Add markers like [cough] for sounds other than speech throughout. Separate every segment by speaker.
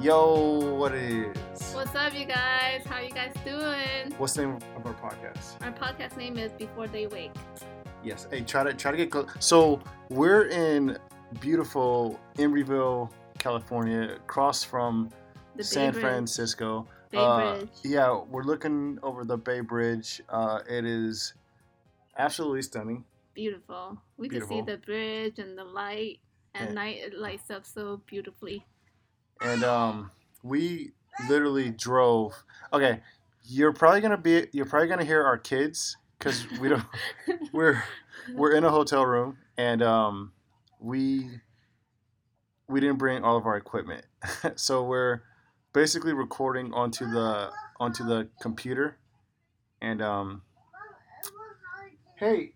Speaker 1: Yo, what is?
Speaker 2: What's up, you guys? How you guys doing?
Speaker 1: What's the name of our podcast?
Speaker 2: Our podcast name is Before They Wake.
Speaker 1: Yes. Hey, try to try to get close. So we're in beautiful Emeryville, California, across from
Speaker 2: The Bay
Speaker 1: San
Speaker 2: Bridge.
Speaker 1: Francisco.
Speaker 2: Bay
Speaker 1: Uh,
Speaker 2: Bridge.
Speaker 1: Yeah, we're looking over the Bay Bridge. Uh, it is absolutely stunning.
Speaker 2: Beautiful. We
Speaker 1: Beautiful.
Speaker 2: could see the bridge and the light. At
Speaker 1: Yeah.
Speaker 2: night, it lights up so beautifully.
Speaker 1: and um, we literally drove. Okay, you're probably gonna be you're probably gonna hear our kids because we don't we're we're in a hotel room and um, we we didn't bring all of our equipment, [laughs] so we're basically recording onto the onto the computer, and um, hey,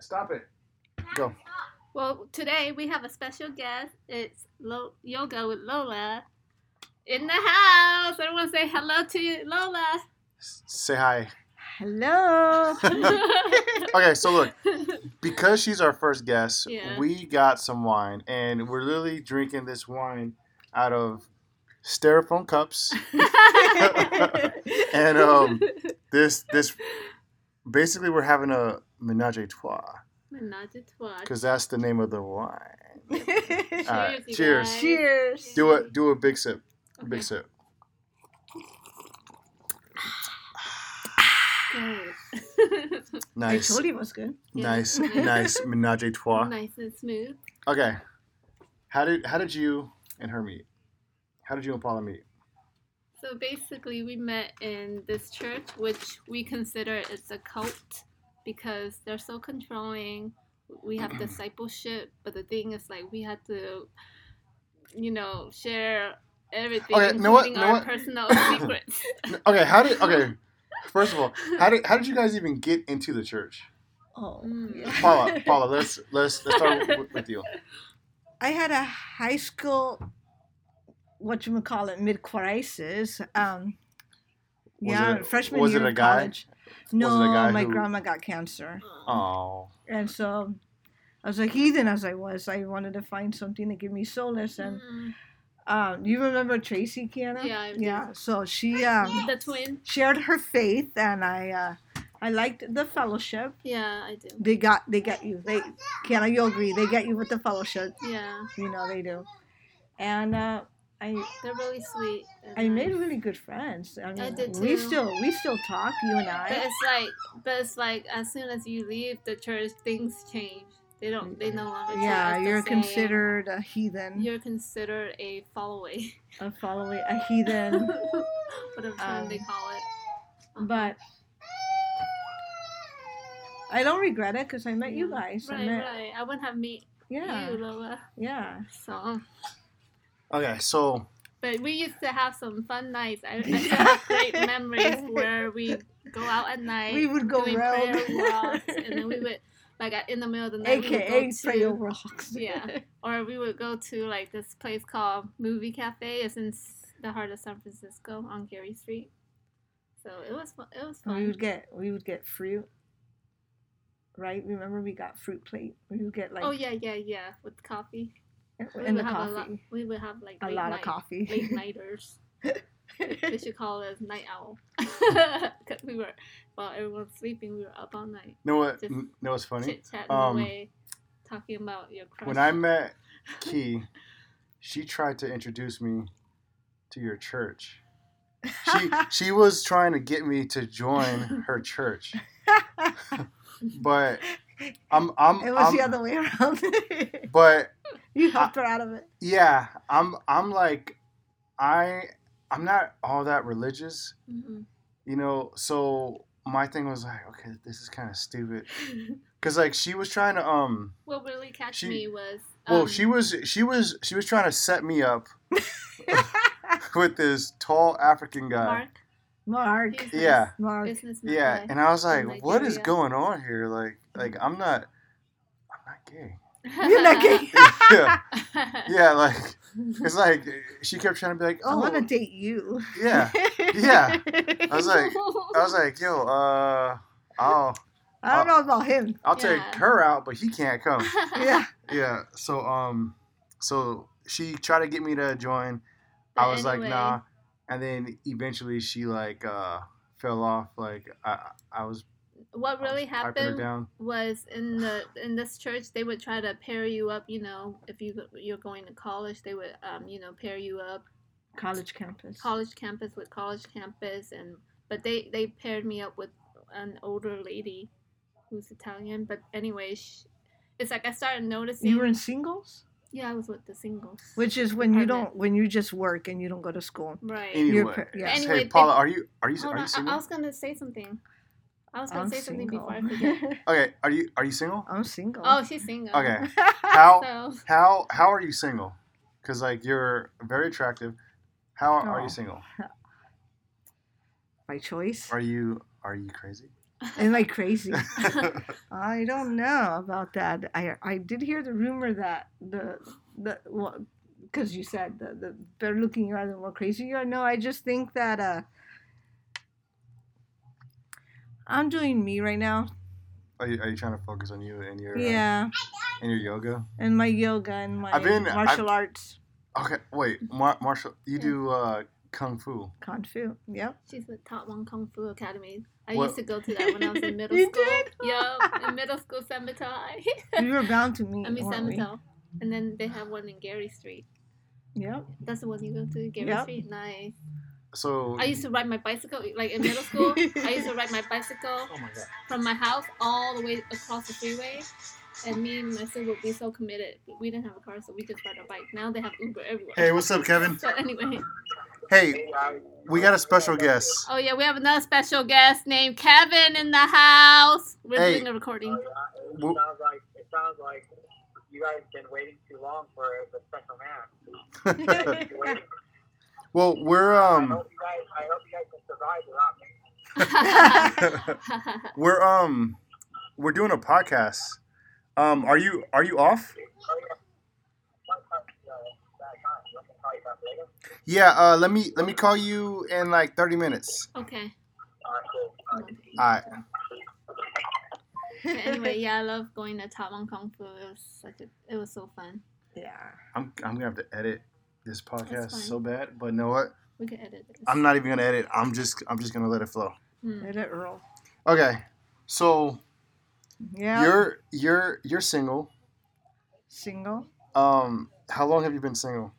Speaker 1: stop it, go.
Speaker 2: Well, today we have a special guest. It's Lo- Yoga with Lola in the house. Everyone say hello to Lola.
Speaker 1: S- Say hi.
Speaker 2: [laughs]
Speaker 3: Hello.
Speaker 1: Okay, so look, because she's our first guest,
Speaker 2: Yeah.
Speaker 1: we got some wine, and we're literally drinking this wine out of styrofoam
Speaker 2: [laughs]
Speaker 1: cups. And, um, this this basically we're having a menage a trois
Speaker 2: Menage a trois.
Speaker 1: because that's the name of the wine.
Speaker 2: Cheers,
Speaker 1: all right,
Speaker 2: you
Speaker 1: uh, cheers.
Speaker 2: [laughs] guys.
Speaker 3: Cheers.
Speaker 1: Do a do a big sip,
Speaker 2: Okay.
Speaker 1: big sip.
Speaker 2: [laughs] Good.
Speaker 3: I
Speaker 1: Nice,
Speaker 3: told you it was good.
Speaker 1: nice,
Speaker 2: [laughs] Yeah.
Speaker 1: nice menage a trois.
Speaker 2: nice and smooth.
Speaker 1: Okay, how did how did you and her meet? How did you and Paula meet?
Speaker 2: So basically, we met in this church, which we consider it's a cult because they're so controlling. We
Speaker 1: [clears throat]
Speaker 2: have discipleship, but the thing is, like, we had to, you know, share everything,
Speaker 1: Okay, you know what,
Speaker 2: including
Speaker 1: you know what? [coughs]
Speaker 2: our personal secrets.
Speaker 1: Okay, how did okay? First of all, how did how did you guys even get into the church?
Speaker 3: Oh.
Speaker 2: Mm.
Speaker 3: yeah.
Speaker 1: Paula, Paula,
Speaker 3: [laughs]
Speaker 1: let's let's let's start with, with you.
Speaker 3: I had a high school, what you call it, mid crisis. Um,
Speaker 1: Was
Speaker 3: yeah,
Speaker 1: it a-
Speaker 3: freshman
Speaker 1: was
Speaker 3: year
Speaker 1: it a
Speaker 3: of
Speaker 1: guy?
Speaker 3: college. No,
Speaker 1: guy
Speaker 3: my
Speaker 1: who-
Speaker 3: grandma got cancer,
Speaker 1: Oh,
Speaker 3: and so I was a heathen as I was. I wanted to find something to give me solace. And
Speaker 2: Mm,
Speaker 3: um, you remember Tracy Kiana?
Speaker 2: Yeah, I do.
Speaker 3: yeah. So she um,
Speaker 2: Mm. the twin.
Speaker 3: shared her faith, and I, uh, I liked the fellowship.
Speaker 2: Yeah, I do.
Speaker 3: they got they get you they Kiana you'll agree they get you with the fellowship
Speaker 2: Yeah,
Speaker 3: you know they do and uh, I
Speaker 2: they're really sweet. and
Speaker 3: I made
Speaker 2: nice.
Speaker 3: really good friends I, mean,
Speaker 2: did
Speaker 3: we
Speaker 2: too.
Speaker 3: still we still talk you and
Speaker 2: But
Speaker 3: I
Speaker 2: it's like, but it's like, as soon as you leave the church, things change. They don't. They no longer. treat
Speaker 3: yeah
Speaker 2: us the
Speaker 3: you're
Speaker 2: same.
Speaker 3: considered a heathen
Speaker 2: You're considered a follower.
Speaker 3: [laughs] a following a heathen
Speaker 2: Whatever term
Speaker 3: Um,
Speaker 2: they call it.
Speaker 3: but I don't regret it because I met you
Speaker 2: Yeah.
Speaker 3: guys I
Speaker 2: Right,
Speaker 3: met,
Speaker 2: right. I wouldn't have met
Speaker 3: yeah
Speaker 2: you, Lola.
Speaker 3: yeah
Speaker 2: So,
Speaker 1: okay. So
Speaker 2: but we used to have some fun nights. I, I
Speaker 3: [laughs]
Speaker 2: still have great memories where we go out at night.
Speaker 3: we would go
Speaker 2: doing
Speaker 3: round
Speaker 2: prayer walks,
Speaker 3: [laughs]
Speaker 2: and then we would like at- in the middle of the night. we
Speaker 3: aka
Speaker 2: would go
Speaker 3: prayer
Speaker 2: to, [laughs]
Speaker 3: walks [laughs]
Speaker 2: Yeah. or we would go to like this place called Movie Cafe. It's in s- the heart of San Francisco on Gary Street. So it was fu- it was
Speaker 3: And we
Speaker 2: fun.
Speaker 3: would get we would get fruit. Right? Remember we got fruit plate. We would get like
Speaker 2: oh yeah, yeah, yeah, with coffee. We
Speaker 3: and
Speaker 2: would
Speaker 3: the
Speaker 2: have
Speaker 3: coffee.
Speaker 2: a lot. We would have like
Speaker 3: A
Speaker 2: late
Speaker 3: lot
Speaker 2: night,
Speaker 3: of coffee. [laughs]
Speaker 2: late nighters. they should call us night owl. [laughs] 'Cause we were while everyone's sleeping, we were up all night
Speaker 1: you know what?
Speaker 2: Just-
Speaker 1: You know what's funny?
Speaker 2: chit chatting
Speaker 1: Um,
Speaker 2: away, talking about your crush.
Speaker 1: When I met Key, she tried to introduce me to your church. [laughs]
Speaker 3: [laughs]
Speaker 1: She she was trying to get me to join her
Speaker 3: [laughs]
Speaker 1: church, but I'm I'm,
Speaker 3: it was
Speaker 1: I'm
Speaker 3: the other way around. [laughs]
Speaker 1: but
Speaker 3: you helped her out of it.
Speaker 1: yeah, I'm I'm like I I'm not all that religious.
Speaker 2: Mhm.
Speaker 1: you know so my thing was like okay this is kind of stupid because like she was trying to um
Speaker 2: [laughs] what really catch
Speaker 1: She-
Speaker 2: me was
Speaker 1: well
Speaker 2: um,
Speaker 1: she was she was she was trying to set me up with this tall african guy
Speaker 2: Mark.
Speaker 3: Mark.
Speaker 2: he's this
Speaker 1: uh, Yeah.
Speaker 3: Mark.
Speaker 2: businessman
Speaker 1: yeah
Speaker 2: guy.
Speaker 1: and i was
Speaker 2: From
Speaker 1: like what is
Speaker 2: Nigeria.
Speaker 1: going on here like like i'm not i'm not gay
Speaker 2: [laughs]
Speaker 3: [laughs] You're not gay.
Speaker 1: yeah yeah like it's like she kept trying to be like
Speaker 3: I
Speaker 1: oh
Speaker 3: wanna date you. [laughs]
Speaker 1: yeah yeah i was like i
Speaker 2: [laughs]
Speaker 1: was like yo uh i'll Uh,
Speaker 3: I don't know about
Speaker 1: [laughs]
Speaker 3: him.
Speaker 1: i'll take
Speaker 2: Yeah.
Speaker 1: her out but he can't come
Speaker 3: Yeah.
Speaker 1: Yeah. So um, so she tried to get me to join, I was like,
Speaker 2: anyway,
Speaker 1: nah. And then eventually she like uh fell off. Like I I was,
Speaker 2: What
Speaker 1: I was
Speaker 2: really
Speaker 1: piping her
Speaker 2: happened
Speaker 1: down.
Speaker 2: was in the in this church they would try to pair you up you know if you you're going to college they would um you know pair you up
Speaker 3: College campus.
Speaker 2: college campus with college campus and but they they paired me up with an older lady who's italian but anyway sh it's like i started noticing
Speaker 3: You were in singles,
Speaker 2: yeah i was with the singles
Speaker 3: which is when you
Speaker 2: Department.
Speaker 3: don't when you just work and you don't go to school.
Speaker 2: right
Speaker 1: Anyway,
Speaker 3: You're per-
Speaker 1: yes.
Speaker 3: yes.
Speaker 2: Anyway,
Speaker 1: hey Paula,
Speaker 2: they-
Speaker 1: are you are you
Speaker 2: hold
Speaker 1: are
Speaker 2: on
Speaker 1: you
Speaker 2: I,
Speaker 1: single?
Speaker 2: I was gonna say something i was gonna
Speaker 3: I'm
Speaker 2: say something
Speaker 3: single.
Speaker 2: before i forget
Speaker 1: [laughs] Okay, are you are you single?
Speaker 3: I'm single.
Speaker 2: oh she's single
Speaker 3: [laughs]
Speaker 1: Okay, how
Speaker 2: so
Speaker 1: how how are you single? Because like you're very attractive. How are
Speaker 3: Oh.
Speaker 1: you single?
Speaker 3: By choice.
Speaker 1: Are you are you
Speaker 2: [laughs]
Speaker 1: crazy? [laughs]
Speaker 3: Am I crazy?
Speaker 1: yeah,
Speaker 3: I don't know about that. I I did hear the rumor that the the because you said the, the better looking you are, the more crazy you are. No, I just think that uh, I'm doing me right now.
Speaker 1: Are you, are you trying to focus on you and your uh,
Speaker 3: Yeah,
Speaker 1: and your yoga?
Speaker 3: and my yoga and my
Speaker 1: I've been-
Speaker 3: martial arts,
Speaker 1: Okay, wait, Mar- Marshall, you
Speaker 2: Yeah.
Speaker 1: do uh, kung fu.
Speaker 3: kung fu. Yep.
Speaker 2: She's with Top One Kung Fu Academy. I
Speaker 1: What-
Speaker 2: used to go to that when I
Speaker 1: [laughs]
Speaker 2: was in middle
Speaker 3: You
Speaker 2: school.
Speaker 3: did?
Speaker 2: Yeah, in middle school [laughs] Samatai.
Speaker 3: We were bound
Speaker 2: [laughs]
Speaker 3: to meet.
Speaker 2: I mean
Speaker 3: weren't we?
Speaker 2: Samatai. And then they have one in Gary Street.
Speaker 3: Yep.
Speaker 2: That's the one you go to, Gary
Speaker 3: Yep.
Speaker 2: Street. Nice.
Speaker 1: So
Speaker 2: I used to ride my bicycle, like in middle school. I used to ride my bicycle
Speaker 1: Oh my god.
Speaker 2: from my house all the way across the freeway. And me and my sister would be so committed. We didn't have a car, so we just ride our bike. Now they have Uber everywhere.
Speaker 1: Hey, what's up, Kevin?
Speaker 2: So anyway,
Speaker 1: Hey, we got a special guest. [laughs]
Speaker 2: oh yeah, we have another special guest named Kevin in the house. We're
Speaker 1: Hey.
Speaker 2: doing a
Speaker 1: [laughs]
Speaker 2: recording. [laughs]
Speaker 4: It
Speaker 1: Well-
Speaker 4: sounds like it sounds like you guys have been waiting too long for the special man.
Speaker 1: [laughs] well, we're
Speaker 4: I
Speaker 1: um
Speaker 4: hope you guys I hope you guys can survive without me.
Speaker 1: we're um we're doing a podcast. Um, are you are you off?
Speaker 4: Oh, yeah. Sometimes, uh, bad time. I can call you back later.
Speaker 1: Yeah. Uh, let me let me call you in like thirty minutes.
Speaker 2: okay.
Speaker 4: All right, cool.
Speaker 1: All right.
Speaker 2: But anyway, yeah, I love going to Taiwan Kung Fu. It was such a, it was so fun.
Speaker 3: Yeah.
Speaker 1: I'm I'm gonna have to edit this podcast
Speaker 2: That's fine.
Speaker 1: so bad, but know what?
Speaker 2: We could edit this.
Speaker 1: I'm not even gonna edit. I'm just I'm just gonna let it flow.
Speaker 2: Hmm.
Speaker 3: Let it roll.
Speaker 1: Okay. So
Speaker 3: Yeah.
Speaker 1: you're you're you're single.
Speaker 3: single.
Speaker 1: Um, how long have you been single?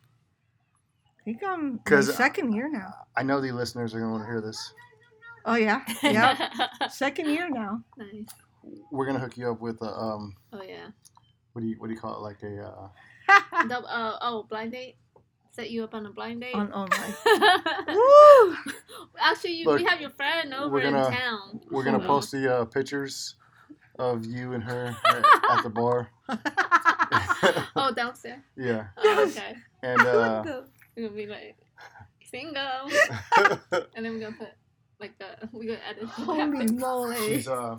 Speaker 3: I think I'm my
Speaker 1: 'Cause, uh,
Speaker 3: second year now.
Speaker 1: I know the listeners are gonna want to hear this.
Speaker 3: Oh yeah. Yeah. second year now.
Speaker 2: [laughs] nice.
Speaker 1: We're gonna hook you up with a um.
Speaker 2: Oh yeah.
Speaker 1: What do you what do you call it? Like a uh,
Speaker 2: Dub- uh, oh, blind date. Set you up [laughs] on a blind date.
Speaker 3: on on my
Speaker 2: [laughs]
Speaker 3: Woo!
Speaker 2: Actually, you, we
Speaker 1: Look,
Speaker 2: have your friend over
Speaker 1: we're gonna-
Speaker 2: in town.
Speaker 1: we're gonna
Speaker 2: Hold on.
Speaker 1: post the uh, pictures of you and her at, at the bar.
Speaker 2: [laughs]
Speaker 3: [laughs]
Speaker 1: [laughs]
Speaker 2: oh, downstairs.
Speaker 1: Yeah,
Speaker 2: Oh, okay.
Speaker 1: and
Speaker 2: [laughs]
Speaker 1: uh,
Speaker 2: We're gonna be like single, and then we're gonna put like a we're gonna edit.
Speaker 3: Holy
Speaker 2: [laughs]
Speaker 3: moly.
Speaker 1: she's uh,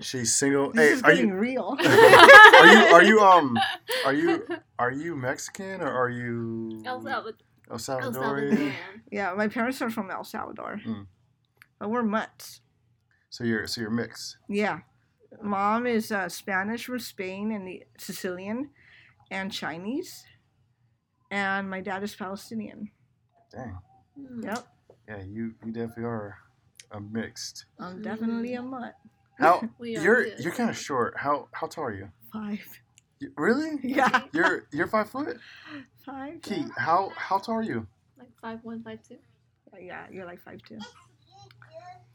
Speaker 1: she's single.
Speaker 3: This
Speaker 1: Hey,
Speaker 3: is
Speaker 1: are
Speaker 3: getting
Speaker 1: you [laughs]
Speaker 3: real.
Speaker 1: [laughs] are you are you um are you are you Mexican or are you
Speaker 2: El Salvador.
Speaker 1: El
Speaker 2: El
Speaker 1: Salvadorian?
Speaker 2: Salvadorian.
Speaker 3: yeah, my parents are from El Salvador.
Speaker 1: Mm.
Speaker 3: But we're mutts.
Speaker 1: So you're so you're mixed.
Speaker 3: Yeah. Mom is uh, Spanish from Spain and the Sicilian and Chinese. And my dad is Palestinian.
Speaker 1: Dang.
Speaker 2: Hmm.
Speaker 3: Yep.
Speaker 1: Yeah, you you definitely are a mixed.
Speaker 3: I'm definitely
Speaker 2: Hmm.
Speaker 3: a mutt.
Speaker 1: How
Speaker 2: We are
Speaker 1: you're
Speaker 2: too.
Speaker 1: you're kind of short. How how tall are you?
Speaker 3: Five.
Speaker 1: You- Really?
Speaker 3: Yeah.
Speaker 1: You're you're five foot.
Speaker 3: Five.
Speaker 1: Key. How how tall are you?
Speaker 2: like five one, five two.
Speaker 3: Yeah, yeah you're like five
Speaker 2: [laughs]
Speaker 3: two.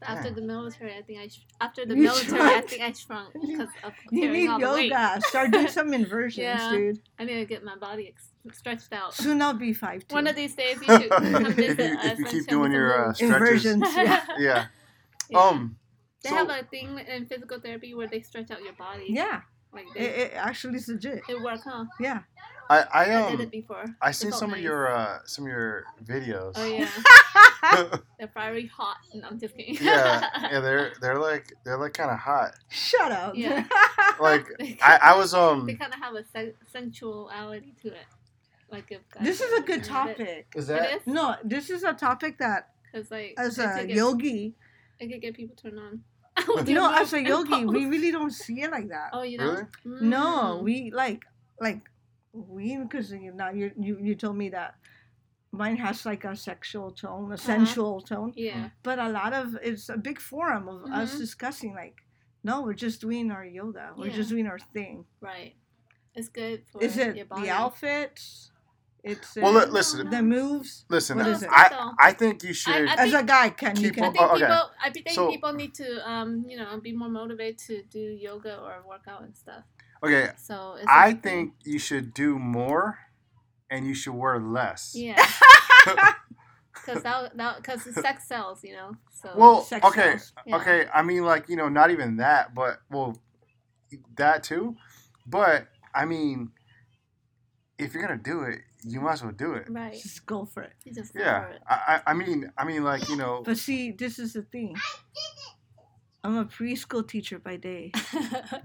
Speaker 2: After
Speaker 1: Yeah.
Speaker 2: the military, I think I sh-
Speaker 1: [laughs]
Speaker 2: after the
Speaker 3: You
Speaker 2: military, I
Speaker 3: shrunk.
Speaker 2: think I shrunk because of
Speaker 3: You
Speaker 2: carrying
Speaker 3: need
Speaker 2: all the weight.
Speaker 3: yoga. Start
Speaker 2: [laughs]
Speaker 3: doing some inversions,
Speaker 2: Yeah.
Speaker 3: dude.
Speaker 2: I need to get my body ex-
Speaker 1: [laughs]
Speaker 2: stretched out.
Speaker 3: Soon I'll be five two.
Speaker 2: One of these days, you should come
Speaker 1: if
Speaker 2: visit
Speaker 1: you
Speaker 2: us.
Speaker 1: if you
Speaker 2: and
Speaker 1: keep
Speaker 2: show me
Speaker 1: doing
Speaker 2: the
Speaker 1: your uh,
Speaker 2: moves.
Speaker 1: stretches.
Speaker 3: Inversions.
Speaker 2: [laughs]
Speaker 3: Yeah.
Speaker 1: [laughs] Yeah.
Speaker 2: Yeah.
Speaker 1: Um.
Speaker 2: they
Speaker 1: so-
Speaker 2: have a thing in physical therapy where they stretch out your body.
Speaker 3: yeah.
Speaker 2: like
Speaker 3: It,
Speaker 2: they, it,
Speaker 3: it actually is legit.
Speaker 2: works, huh?
Speaker 3: Yeah.
Speaker 1: I I
Speaker 2: I did
Speaker 1: um
Speaker 2: it before.
Speaker 1: I seen
Speaker 2: felt
Speaker 1: some of
Speaker 2: nice.
Speaker 1: your uh some of your videos.
Speaker 2: Oh
Speaker 1: [laughs]
Speaker 2: yeah, they're probably hot. No, I'm just kidding. [laughs]
Speaker 1: yeah. Yeah. They're they're like they're like kind of hot.
Speaker 3: Shut up.
Speaker 2: Yeah.
Speaker 1: Like
Speaker 2: They
Speaker 1: I I was um.
Speaker 2: they kind of have a sen- sensuality to it. Like if guys
Speaker 3: [laughs] this is
Speaker 2: are
Speaker 3: a good
Speaker 2: looking at it.
Speaker 3: topic.
Speaker 1: Is
Speaker 2: It is
Speaker 3: No, this is a topic that
Speaker 2: because like
Speaker 3: as
Speaker 2: it
Speaker 3: a
Speaker 2: could get-
Speaker 3: yogi,
Speaker 2: it could get people turned on. [laughs]
Speaker 3: you know, as a
Speaker 2: And
Speaker 3: yogi, we
Speaker 2: pose.
Speaker 3: really don't see it like that.
Speaker 2: Oh, mm. you know.
Speaker 1: Really?
Speaker 3: No, we like like we because you now you you you told me that mine has like a sexual tone, a sensual tone,
Speaker 2: Uh-huh. Yeah.
Speaker 3: but a lot of it's a big forum of us
Speaker 2: Mhm.
Speaker 3: discussing like, no, we're just doing our yoga, we're
Speaker 2: Yeah.
Speaker 3: just doing our thing.
Speaker 2: Right. It's good for
Speaker 3: Is it
Speaker 2: your body.
Speaker 3: the outfits? It's
Speaker 1: Well,
Speaker 3: uh,
Speaker 1: li- listen.
Speaker 3: the moves.
Speaker 1: Listen,
Speaker 3: What
Speaker 1: I,
Speaker 3: is it?
Speaker 1: I, I think you should.
Speaker 2: Oh, I
Speaker 3: As a
Speaker 2: think-
Speaker 3: guy, can you
Speaker 1: keep
Speaker 2: I
Speaker 1: Well,
Speaker 3: can?
Speaker 2: think
Speaker 1: oh, okay.
Speaker 2: people. I think
Speaker 1: So-
Speaker 2: people need to, um, you know, be more motivated to do yoga or workout and stuff.
Speaker 1: okay,
Speaker 2: So it's
Speaker 1: I
Speaker 2: like-
Speaker 1: think you should do more, and you should wear less. [laughs]
Speaker 2: Yeah. Because that, that, cause it's sex sells, you know. So
Speaker 1: Well,
Speaker 3: Sex
Speaker 1: okay,
Speaker 3: sells.
Speaker 2: yeah.
Speaker 1: okay. I mean, like you know, not even that, but well, that too. But I mean, if you're gonna do it, you might as well do it.
Speaker 2: Right.
Speaker 3: Just go for it.
Speaker 2: You just go
Speaker 1: Yeah,
Speaker 2: for it.
Speaker 1: I, I, I mean, I mean, like you know,
Speaker 3: But see, this is the thing. I'm a preschool teacher by
Speaker 1: [laughs]
Speaker 3: day, [laughs]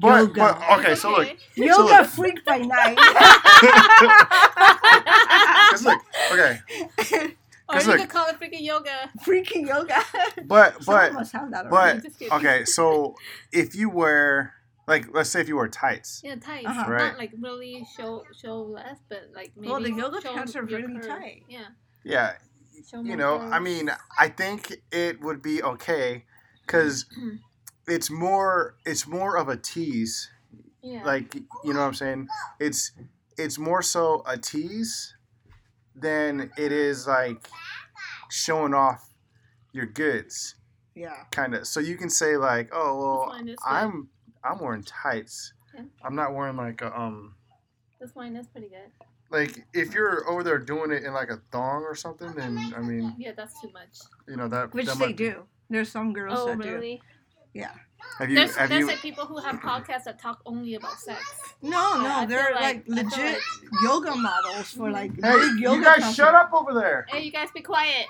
Speaker 1: but,
Speaker 2: [laughs]
Speaker 3: yoga.
Speaker 1: but okay. So look,
Speaker 3: yoga
Speaker 1: look-
Speaker 3: freak by
Speaker 1: [laughs] cause
Speaker 3: night,
Speaker 1: look, okay,
Speaker 2: or you
Speaker 1: [laughs] 'Cause look-
Speaker 2: could call it freaking yoga. [laughs]
Speaker 3: freaky yoga.
Speaker 1: but
Speaker 3: [laughs] Some
Speaker 1: but
Speaker 3: of us have that
Speaker 1: but-
Speaker 3: already.
Speaker 2: Just kidding.
Speaker 1: okay.
Speaker 3: [laughs]
Speaker 1: So if you wear like, let's say if you wear tights,
Speaker 2: Yeah, tight.
Speaker 3: Uh-huh.
Speaker 1: Right.
Speaker 2: Not like really show show less, but like maybe.
Speaker 3: Well, the yoga
Speaker 2: show
Speaker 3: pants are
Speaker 2: your
Speaker 3: really
Speaker 2: curves.
Speaker 3: tight.
Speaker 2: Yeah.
Speaker 1: yeah,
Speaker 3: Oh
Speaker 2: Show
Speaker 1: you
Speaker 2: more
Speaker 1: know i
Speaker 2: curves.
Speaker 1: mean i think it would be okay because it's more it's more of a tease
Speaker 2: Yeah.
Speaker 1: like you know what i'm saying it's it's more so a tease than it is like showing off your goods
Speaker 3: Yeah.
Speaker 1: kind of so you can say like oh
Speaker 2: Let's
Speaker 1: well
Speaker 2: wind this way.
Speaker 1: i'm i'm wearing tights
Speaker 2: Yeah.
Speaker 1: i'm not wearing like a um
Speaker 2: This wine is pretty good.
Speaker 1: like if you're over there doing it in like a thong or something then i mean
Speaker 2: Yeah, that's too much.
Speaker 1: you know that
Speaker 3: Which
Speaker 1: that
Speaker 3: they
Speaker 1: might-
Speaker 3: do. There's some girls
Speaker 2: Oh,
Speaker 3: that
Speaker 2: really?
Speaker 1: have you
Speaker 2: there's
Speaker 1: have
Speaker 2: there's
Speaker 1: you
Speaker 2: like people who have podcasts that talk only about sex.
Speaker 3: do. No,
Speaker 2: I
Speaker 3: no,
Speaker 2: feel
Speaker 3: they're
Speaker 2: like-
Speaker 3: like,
Speaker 2: I feel
Speaker 3: legit yoga models for like
Speaker 1: Hey,
Speaker 3: big yoga.
Speaker 1: you guys shut up
Speaker 3: companies.
Speaker 1: over there.
Speaker 2: Hey, you guys, be quiet.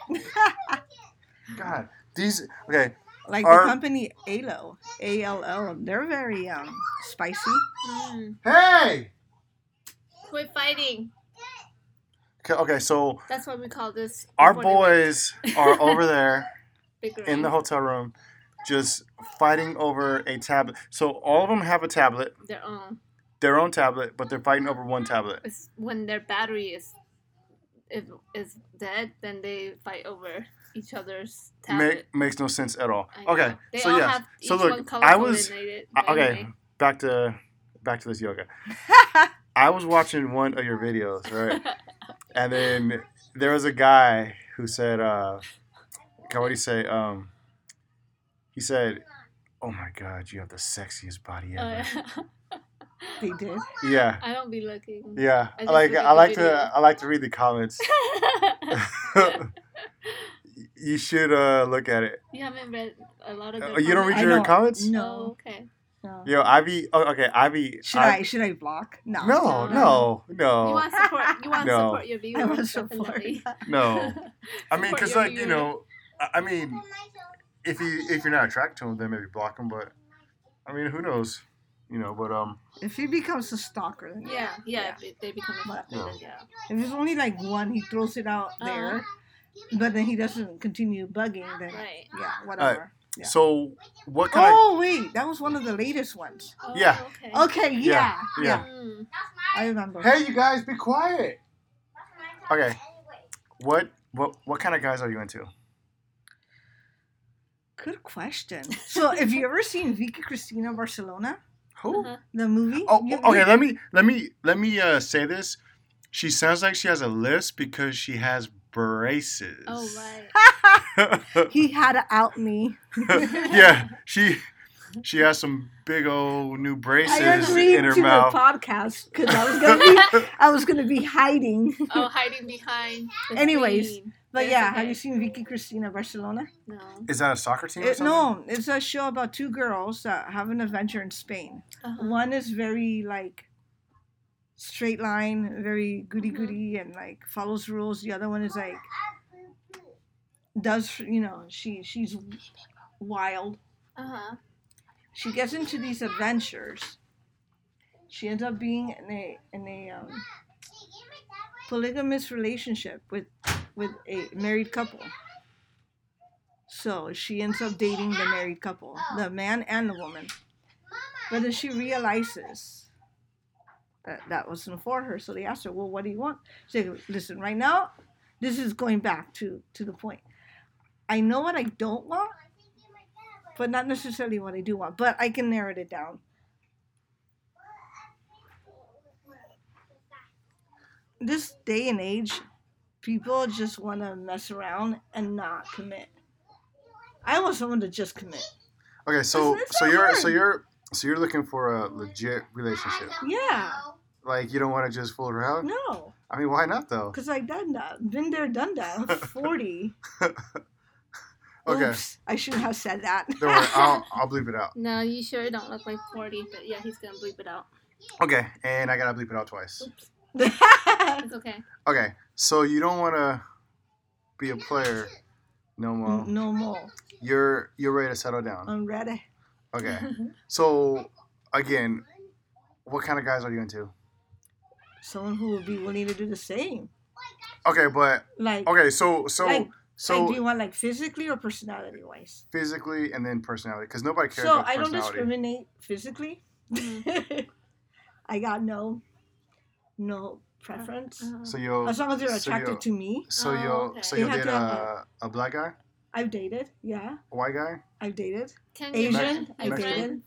Speaker 1: God, these okay.
Speaker 3: Like
Speaker 1: Our-
Speaker 3: the company ALO, A L L. They're very um spicy.
Speaker 2: Mm.
Speaker 1: Hey.
Speaker 2: Quit fighting.
Speaker 1: Okay, okay, so
Speaker 2: That's what we call this.
Speaker 1: our
Speaker 2: before they make
Speaker 1: boys are over
Speaker 2: [laughs]
Speaker 1: there
Speaker 2: big
Speaker 1: in the
Speaker 2: rounds.
Speaker 1: hotel room, just fighting over a tablet. So all of them have a tablet,
Speaker 2: their own.
Speaker 1: their own tablet, but they're fighting over one tablet.
Speaker 2: It's when their battery is is, is dead, then they fight over each other's
Speaker 1: Make,
Speaker 2: tablet.
Speaker 1: makes no sense at all.
Speaker 2: I know.
Speaker 1: Okay,
Speaker 2: They
Speaker 1: so
Speaker 2: all
Speaker 1: yeah,
Speaker 2: have each
Speaker 1: so
Speaker 2: one
Speaker 1: look,
Speaker 2: color
Speaker 1: I was
Speaker 2: coordinated,
Speaker 1: uh,
Speaker 2: but
Speaker 1: okay.
Speaker 2: anyway.
Speaker 1: Back to back to this
Speaker 2: [laughs]
Speaker 1: yoga. I was watching one of your videos, right? And then there was a guy who said, uh, God, what did he say? Um, he said, Oh my God, you have the sexiest body ever.
Speaker 2: Uh,
Speaker 1: [laughs]
Speaker 3: they did.
Speaker 1: yeah.
Speaker 2: [laughs] I don't be looking.
Speaker 1: Yeah. I
Speaker 2: I just
Speaker 1: like
Speaker 2: look at
Speaker 1: I
Speaker 2: the
Speaker 1: like
Speaker 2: video.
Speaker 1: to I like to read the
Speaker 2: [laughs]
Speaker 1: comments. [laughs] you should uh, look at it.
Speaker 2: [laughs] you haven't read a lot of.
Speaker 1: Oh,
Speaker 2: their
Speaker 1: you don't read
Speaker 2: comments?
Speaker 3: I
Speaker 1: your comments?
Speaker 2: Oh,
Speaker 3: don't- No.
Speaker 2: okay.
Speaker 3: no.
Speaker 1: Yo, Ivy oh, okay, Ivy
Speaker 3: Should I, should I block? No.
Speaker 1: No, no,
Speaker 2: You
Speaker 1: no,
Speaker 2: want to support. You want to
Speaker 1: Oh. No. Oh.
Speaker 2: support your viewers.
Speaker 3: I was support.
Speaker 2: definitely.
Speaker 1: no.
Speaker 2: [laughs]
Speaker 1: I mean,
Speaker 2: Support
Speaker 1: because
Speaker 2: your
Speaker 1: like you
Speaker 2: viewer.
Speaker 1: know, I, I mean, if you if you're not attracted to him, then maybe block him. But I mean, who knows? You know, but um,
Speaker 3: If he becomes a stalker, then
Speaker 2: Yeah, yeah. They, they become attracted.
Speaker 1: No.
Speaker 2: Yeah.
Speaker 3: If there's only like one, he throws it out
Speaker 2: Uh-huh.
Speaker 3: there, but then he doesn't continue bugging. Then
Speaker 2: Right.
Speaker 3: yeah, whatever. Yeah.
Speaker 1: so what kind of
Speaker 3: Oh wait, that was one of the latest ones.
Speaker 2: Oh,
Speaker 1: Yeah.
Speaker 2: Okay.
Speaker 3: Okay, yeah,
Speaker 1: Yeah,
Speaker 3: yeah,
Speaker 1: yeah.
Speaker 2: Mm.
Speaker 3: I remember.
Speaker 1: Hey, you guys, be quiet. Okay. What what what kind of guys are you into?
Speaker 3: Good question. So, have you ever seen Vicky Cristina Barcelona,
Speaker 1: Who?
Speaker 2: Uh-huh.
Speaker 3: the movie?
Speaker 1: Oh,
Speaker 3: You-
Speaker 1: okay.
Speaker 3: you-
Speaker 1: Let me let me let me uh, say this. She sounds like she has a lisp because she has braces.
Speaker 2: Oh right.
Speaker 1: [laughs] right.
Speaker 3: He had to
Speaker 1: [laughs]
Speaker 3: out me.
Speaker 1: yeah, she she has some big old new
Speaker 3: [laughs] I
Speaker 1: braces
Speaker 3: agreed
Speaker 1: in
Speaker 3: to
Speaker 1: her
Speaker 3: the
Speaker 1: mouth.
Speaker 3: podcast because I was
Speaker 1: [laughs]
Speaker 3: gonna be, I was gonna be hiding.
Speaker 2: Oh, hiding behind. The
Speaker 3: Anyways.
Speaker 2: screen.
Speaker 3: But
Speaker 2: It's
Speaker 3: yeah,
Speaker 2: okay.
Speaker 3: have you seen Vicky Cristina Barcelona?
Speaker 2: No.
Speaker 1: Is that a soccer team? Or
Speaker 3: It,
Speaker 1: something?
Speaker 3: no, it's a show about two girls that have an adventure in Spain.
Speaker 2: Uh-huh.
Speaker 3: One is very like straight line, very goody
Speaker 1: Uh-huh.
Speaker 3: goody, and like follows rules. The other one is like does you know she she's wild.
Speaker 2: Uh-huh.
Speaker 3: She gets into these adventures. She ends up being in a in a um, polygamous relationship with with a married couple. So she ends up dating the married couple, the man and the woman. But then she realizes that that wasn't for her. So they asked her, "Well, what do you want?" She said, "Listen, right now, this is going back to to the point. I know what I don't want, but not necessarily what I do want. But I can narrow it down. This day and age, people just want to mess around and not commit. I want someone to just commit.
Speaker 1: Okay, so
Speaker 3: It's- it's
Speaker 1: so
Speaker 3: not
Speaker 1: you're
Speaker 3: hard.
Speaker 1: so you're so you're looking for a legit relationship.
Speaker 3: Yeah.
Speaker 1: Like you don't want to just fool around.
Speaker 3: No,
Speaker 1: I mean, why not though?
Speaker 3: because I done that. Been there, done that.
Speaker 1: [laughs]
Speaker 3: I'm 40.
Speaker 1: Okay,
Speaker 3: Oops, I shouldn't have said that.
Speaker 1: don't
Speaker 3: [laughs]
Speaker 1: worry. I'll I'll bleep it out.
Speaker 2: No, you sure don't look like 40, but yeah, he's gonna bleep it out.
Speaker 1: Okay, and I gotta bleep it out twice.
Speaker 2: Oops,
Speaker 3: no, [laughs]
Speaker 2: it's okay.
Speaker 1: Okay, so you don't want to be a player no more.
Speaker 3: no more.
Speaker 1: You're you're ready to settle down.
Speaker 3: I'm ready. [laughs]
Speaker 1: Okay, so again, what kind of guys are you into?
Speaker 3: Someone who will be willing to do the same.
Speaker 1: Okay, but
Speaker 3: Like,
Speaker 1: okay, so so
Speaker 3: like, like, do you
Speaker 1: so
Speaker 3: want like physically or personality wise?
Speaker 1: physically and then personality, because nobody cares
Speaker 3: So
Speaker 1: about
Speaker 3: I don't
Speaker 1: personality.
Speaker 3: discriminate physically. [laughs] I got no, no preference.
Speaker 2: Uh,
Speaker 1: so you'll
Speaker 3: As long as they're
Speaker 1: so you'll-
Speaker 3: attracted to me,
Speaker 1: So
Speaker 2: Oh,
Speaker 1: you'll
Speaker 2: okay.
Speaker 1: so
Speaker 2: They
Speaker 1: you'll
Speaker 3: have
Speaker 1: date
Speaker 3: to have
Speaker 1: a, a black guy,
Speaker 3: I've dated. Yeah,
Speaker 1: white guy.
Speaker 3: I've dated.
Speaker 2: Ken, your friend,
Speaker 3: Asian,
Speaker 2: your
Speaker 3: I've
Speaker 1: Mexican?
Speaker 2: friend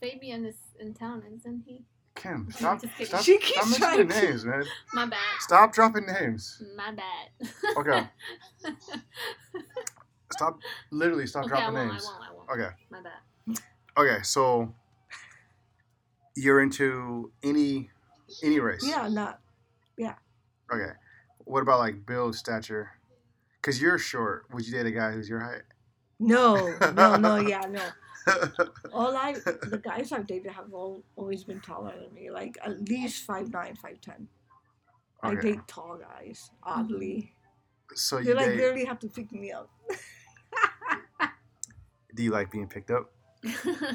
Speaker 3: dated.
Speaker 2: Fabian is in town, isn't he?
Speaker 1: Kim,
Speaker 2: [laughs]
Speaker 1: stop
Speaker 2: Just kidding.
Speaker 1: stop,
Speaker 3: She
Speaker 1: stop
Speaker 3: keeps
Speaker 1: mentioning
Speaker 3: trying to.
Speaker 1: names, man.
Speaker 2: My bad.
Speaker 1: Stop dropping names.
Speaker 2: My bad. [laughs]
Speaker 1: Okay. Stop literally stop
Speaker 2: okay, I
Speaker 1: dropping
Speaker 2: won't,
Speaker 1: names.
Speaker 2: I won't. I won't.
Speaker 1: Okay.
Speaker 2: My bad.
Speaker 1: Okay, so you're into any any race.
Speaker 3: Yeah, not
Speaker 1: Okay. What about like build, stature? Cause you're short. Would you date a guy who's your height? [laughs]
Speaker 3: No, no, no, yeah, no. All I the guys I've dated have all always been taller than me, like at least five nine, five ten. I
Speaker 1: Okay.
Speaker 3: date tall guys, oddly.
Speaker 1: So
Speaker 3: They
Speaker 1: you
Speaker 3: like
Speaker 1: date,
Speaker 3: literally have to pick me up.
Speaker 1: do you like being picked up?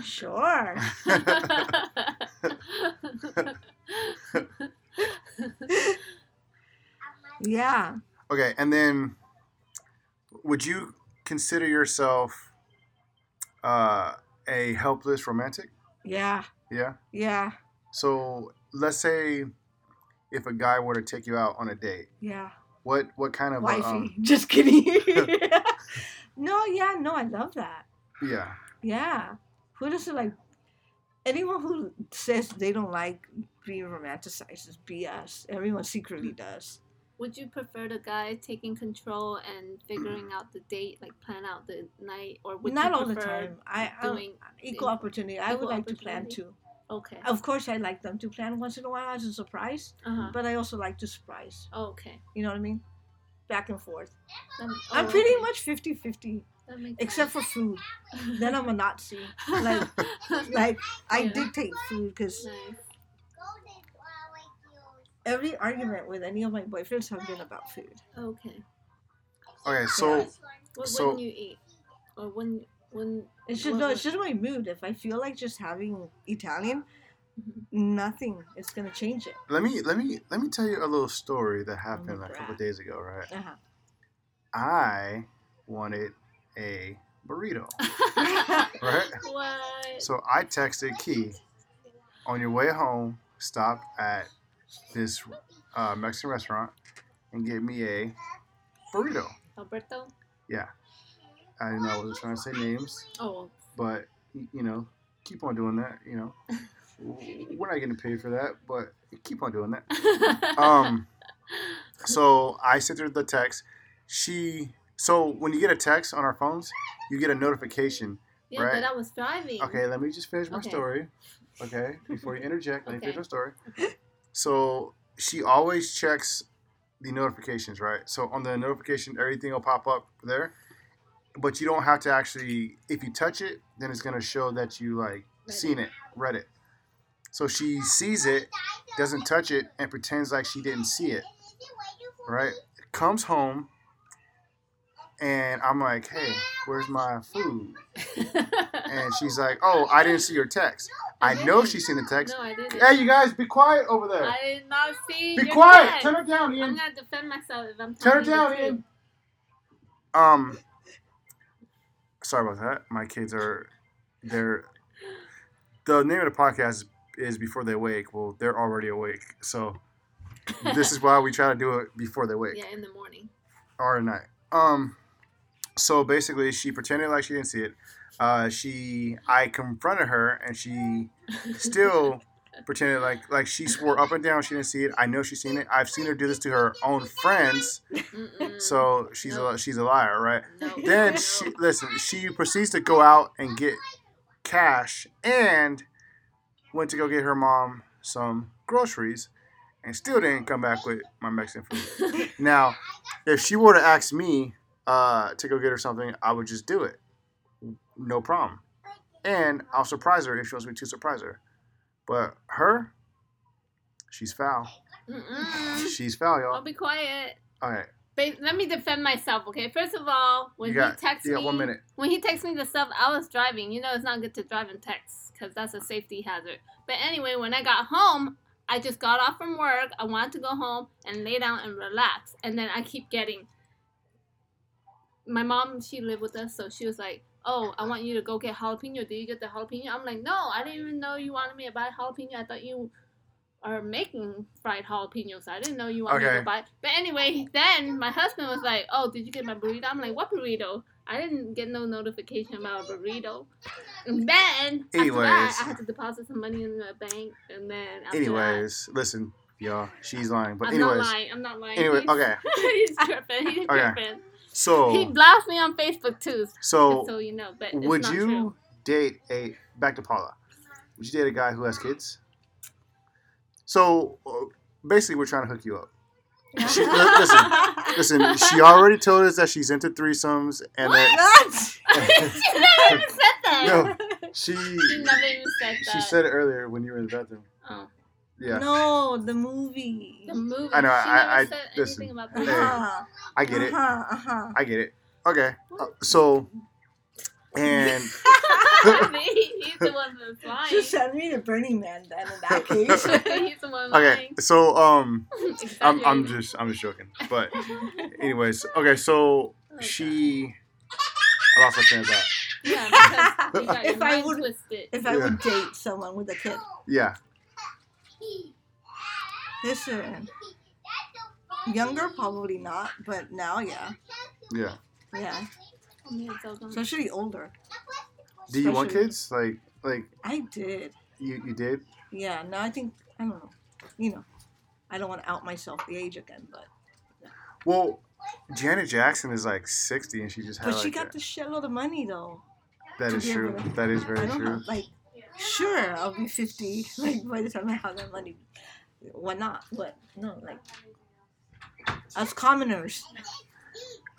Speaker 3: Sure.
Speaker 1: [laughs]
Speaker 3: yeah.
Speaker 1: Okay, and then would you consider yourself uh, a helpless romantic?
Speaker 3: Yeah.
Speaker 1: Yeah.
Speaker 3: Yeah.
Speaker 1: So let's say if a guy were to take you out on a date,
Speaker 3: Yeah.
Speaker 1: what what kind of a,
Speaker 3: Wifey.
Speaker 1: um,
Speaker 3: [laughs]
Speaker 2: [laughs]
Speaker 3: Just kidding. no, yeah, no, I love that.
Speaker 1: yeah?
Speaker 3: Yeah. Who doesn't like anyone who says they don't like being romanticized is BS. Everyone secretly
Speaker 2: Mm.
Speaker 3: does.
Speaker 2: Would you prefer the guy taking control and figuring out the date, like plan out the night, or would
Speaker 3: Not
Speaker 2: you
Speaker 3: all the
Speaker 2: prefer
Speaker 3: time. I, I
Speaker 2: doing?
Speaker 3: equal opportunity. I
Speaker 2: Equal
Speaker 3: would like to plan
Speaker 2: opportunity.
Speaker 3: too.
Speaker 2: Okay.
Speaker 3: Of course, I like them to plan once in a while as a surprise,
Speaker 2: Uh-huh.
Speaker 3: but I also like to surprise.
Speaker 2: okay.
Speaker 3: You know what I mean? Back and forth.
Speaker 2: That-
Speaker 3: I'm
Speaker 2: oh,
Speaker 3: pretty
Speaker 2: okay.
Speaker 3: much 50 50,
Speaker 2: That makes
Speaker 3: except for food. then I'm a Nazi.
Speaker 2: [laughs]
Speaker 3: Like,
Speaker 2: sense.
Speaker 3: like I
Speaker 2: Yeah.
Speaker 3: dictate food because
Speaker 2: Nice.
Speaker 3: every argument with any of my boyfriends have been about food.
Speaker 2: Okay.
Speaker 1: Okay, so
Speaker 3: Yeah.
Speaker 2: What
Speaker 1: So-
Speaker 2: wouldn't you eat? Or when when [laughs]
Speaker 3: [laughs] It's just
Speaker 2: what-
Speaker 3: no,
Speaker 2: what-
Speaker 3: it's just my mood. If I feel like just having Italian, nothing is gonna change it.
Speaker 1: let me let me let me tell you a little story that happened a
Speaker 3: crap.
Speaker 1: couple days ago. Right,
Speaker 3: Uh-huh.
Speaker 1: I wanted a burrito. Right.
Speaker 2: What?
Speaker 1: So I texted Key on your way home, stop at this uh, Mexican restaurant and get me a burrito.
Speaker 2: Alberto?
Speaker 1: I didn't know I was trying to say names,
Speaker 2: [laughs] Oh,
Speaker 1: but y- you know, keep on doing that. You know, we're not getting paid for that, but keep on doing that. Um, so I sent her the text. She so when you get a text on our phones, you get a notification.
Speaker 2: yeah,
Speaker 1: right.
Speaker 2: but I was driving. [laughs]
Speaker 1: Okay, let me just finish my
Speaker 2: Okay.
Speaker 1: story. Okay, before you interject, let me finish
Speaker 2: Okay.
Speaker 1: my story. So she always checks the notifications, right? So on the notification, everything will pop up there, but you don't have to actually. If you touch it, then it's gonna show that you like
Speaker 2: Read
Speaker 1: seen it, read it. So she sees it, doesn't touch it, and pretends like she didn't see it. Right? Comes home, and I'm like, "Hey, where's my food?" And she's like, "Oh, I didn't see your text. I know she's seen the text.
Speaker 2: No, I didn't.
Speaker 1: Hey, you guys, be quiet over there.
Speaker 2: I did not see.
Speaker 1: Be
Speaker 2: your
Speaker 1: quiet.
Speaker 2: text.
Speaker 1: Turn it down,
Speaker 2: I'm
Speaker 1: Ian.
Speaker 2: gonna defend myself if I'm
Speaker 1: Turn it
Speaker 2: telling you
Speaker 1: down,
Speaker 2: the
Speaker 1: Ian.
Speaker 2: truth.
Speaker 1: Um, sorry about that. My kids are, they're. The name of the podcast is "Before They Wake." Well, they're already awake, so this is why we try to do it before they wake.
Speaker 2: Yeah, in the morning.
Speaker 1: R night. Um, so basically, she pretended like she didn't see it. Uh, she, I confronted her, and she
Speaker 2: [laughs]
Speaker 1: still pretended like like she swore up and down she didn't see it. I know she's seen it. I've seen her do this to her own friends.
Speaker 2: Mm-mm.
Speaker 1: So she's a she's a liar,
Speaker 2: [laughs]
Speaker 1: right?
Speaker 2: no.
Speaker 1: Then
Speaker 2: no.
Speaker 1: she listen. She proceeds to go out and get cash, and went to go get her mom some groceries, and still didn't come back with my Mexican food. Now, if she were to ask me uh, to go get her something, I would just do it. No problem. And I'll surprise her if she wants me to surprise her. But her, she's foul.
Speaker 2: [laughs] Mm-mm.
Speaker 1: She's foul,
Speaker 2: I'll
Speaker 1: y'all.
Speaker 2: be quiet.
Speaker 1: All right.
Speaker 2: Ba let me defend myself, okay? First of all, when
Speaker 1: You got-
Speaker 2: he texts
Speaker 1: you got
Speaker 2: me,
Speaker 1: one minute.
Speaker 2: when he texts me the stuff, I was driving. You know, it's not good to drive and text because that's a safety hazard. But anyway, when I got home, I just got off from work. I wanted to go home and lay down and relax, and then I keep getting. My mom, she lived with us, so she was like, "Oh, I want you to go get jalapeno. Did you get the jalapeno?" I'm like, "No, I didn't even know you wanted me to buy jalapeno. I thought you." Are making fried jalapenos. I didn't know you wanted me
Speaker 1: Okay.
Speaker 2: to buy. But anyway, then my husband was like, "Oh, did you get my burrito?" I'm like, "What burrito?" I didn't get no notification about a burrito. And then after that,
Speaker 1: Anyways.
Speaker 2: I had to deposit some money in the bank, and then after
Speaker 1: Anyways, listen, y'all. She's lying.
Speaker 2: that,
Speaker 1: But
Speaker 2: I'm
Speaker 1: anyways,
Speaker 2: not lying. I'm not lying.
Speaker 1: anyway,
Speaker 2: he's,
Speaker 1: okay.
Speaker 2: [laughs] he's tripping. He's
Speaker 1: Okay.
Speaker 2: tripping. [laughs] He
Speaker 1: So,
Speaker 2: blocked me on Facebook too, just so
Speaker 1: so
Speaker 2: you know. But it's
Speaker 1: would
Speaker 2: not
Speaker 1: you
Speaker 2: True.
Speaker 1: date a back to Paula? Would you date a guy who has kids? So uh, basically, we're trying to hook you up. [laughs] She- listen,
Speaker 2: [laughs]
Speaker 1: Listen, she already told us that she's into threesomes and that
Speaker 3: [laughs] What?
Speaker 2: she never even said that.
Speaker 1: No. [laughs] she
Speaker 2: [laughs] She never even said that.
Speaker 1: she said it earlier when you were in the bathroom.
Speaker 2: oh,
Speaker 1: Yeah,
Speaker 3: No, the movie.
Speaker 2: the movie.
Speaker 1: I know,
Speaker 2: She
Speaker 1: I-
Speaker 2: never
Speaker 1: I-
Speaker 2: said
Speaker 1: listen.
Speaker 2: anything about
Speaker 1: Hey.
Speaker 2: that.
Speaker 1: [laughs]
Speaker 2: [laughs]
Speaker 1: I get it.
Speaker 3: Uh-huh, uh-huh.
Speaker 1: I get it. Okay, uh, so
Speaker 3: [laughs]
Speaker 1: and
Speaker 2: he's the one that's lying. [laughs]
Speaker 3: Just send me to Burning Man then in
Speaker 1: [laughs]
Speaker 3: that
Speaker 2: he's [laughs]
Speaker 3: case.
Speaker 2: the one [laughs]
Speaker 1: okay, so um,
Speaker 2: lying.
Speaker 1: I'm I'm
Speaker 2: Exaggerating.
Speaker 1: just I'm just joking.
Speaker 3: [laughs]
Speaker 1: But anyways, okay, so
Speaker 2: Oh,
Speaker 1: she. I lost my train of thought.
Speaker 2: Yeah,
Speaker 1: [laughs]
Speaker 2: because you got your
Speaker 3: If I
Speaker 2: mind
Speaker 3: would-
Speaker 2: twisted.
Speaker 3: if I
Speaker 1: Yeah.
Speaker 3: would date someone with a kid.
Speaker 1: Yeah,
Speaker 3: Listen. Younger, probably not, but now, yeah.
Speaker 1: yeah.
Speaker 3: Yeah.
Speaker 2: Yeah, it's all gone.
Speaker 3: Especially older.
Speaker 1: Do you want
Speaker 3: Especially-
Speaker 1: kids? Like like
Speaker 3: I did.
Speaker 1: you you did?
Speaker 3: Yeah, no, I think, I don't know. You know, I don't want to out myself the age again, but.
Speaker 1: Well, Janet Jackson is like 60 and she just had
Speaker 3: But she
Speaker 1: like
Speaker 3: got
Speaker 1: a-
Speaker 3: the shitload of money, though.
Speaker 1: That is
Speaker 3: Yeah,
Speaker 1: true.
Speaker 3: but
Speaker 1: That is
Speaker 3: I
Speaker 1: very
Speaker 3: don't know.
Speaker 1: true.
Speaker 3: Like, sure, I'll be 50. [laughs] Like, by the time I have that money, why not? But no, like, us commoners,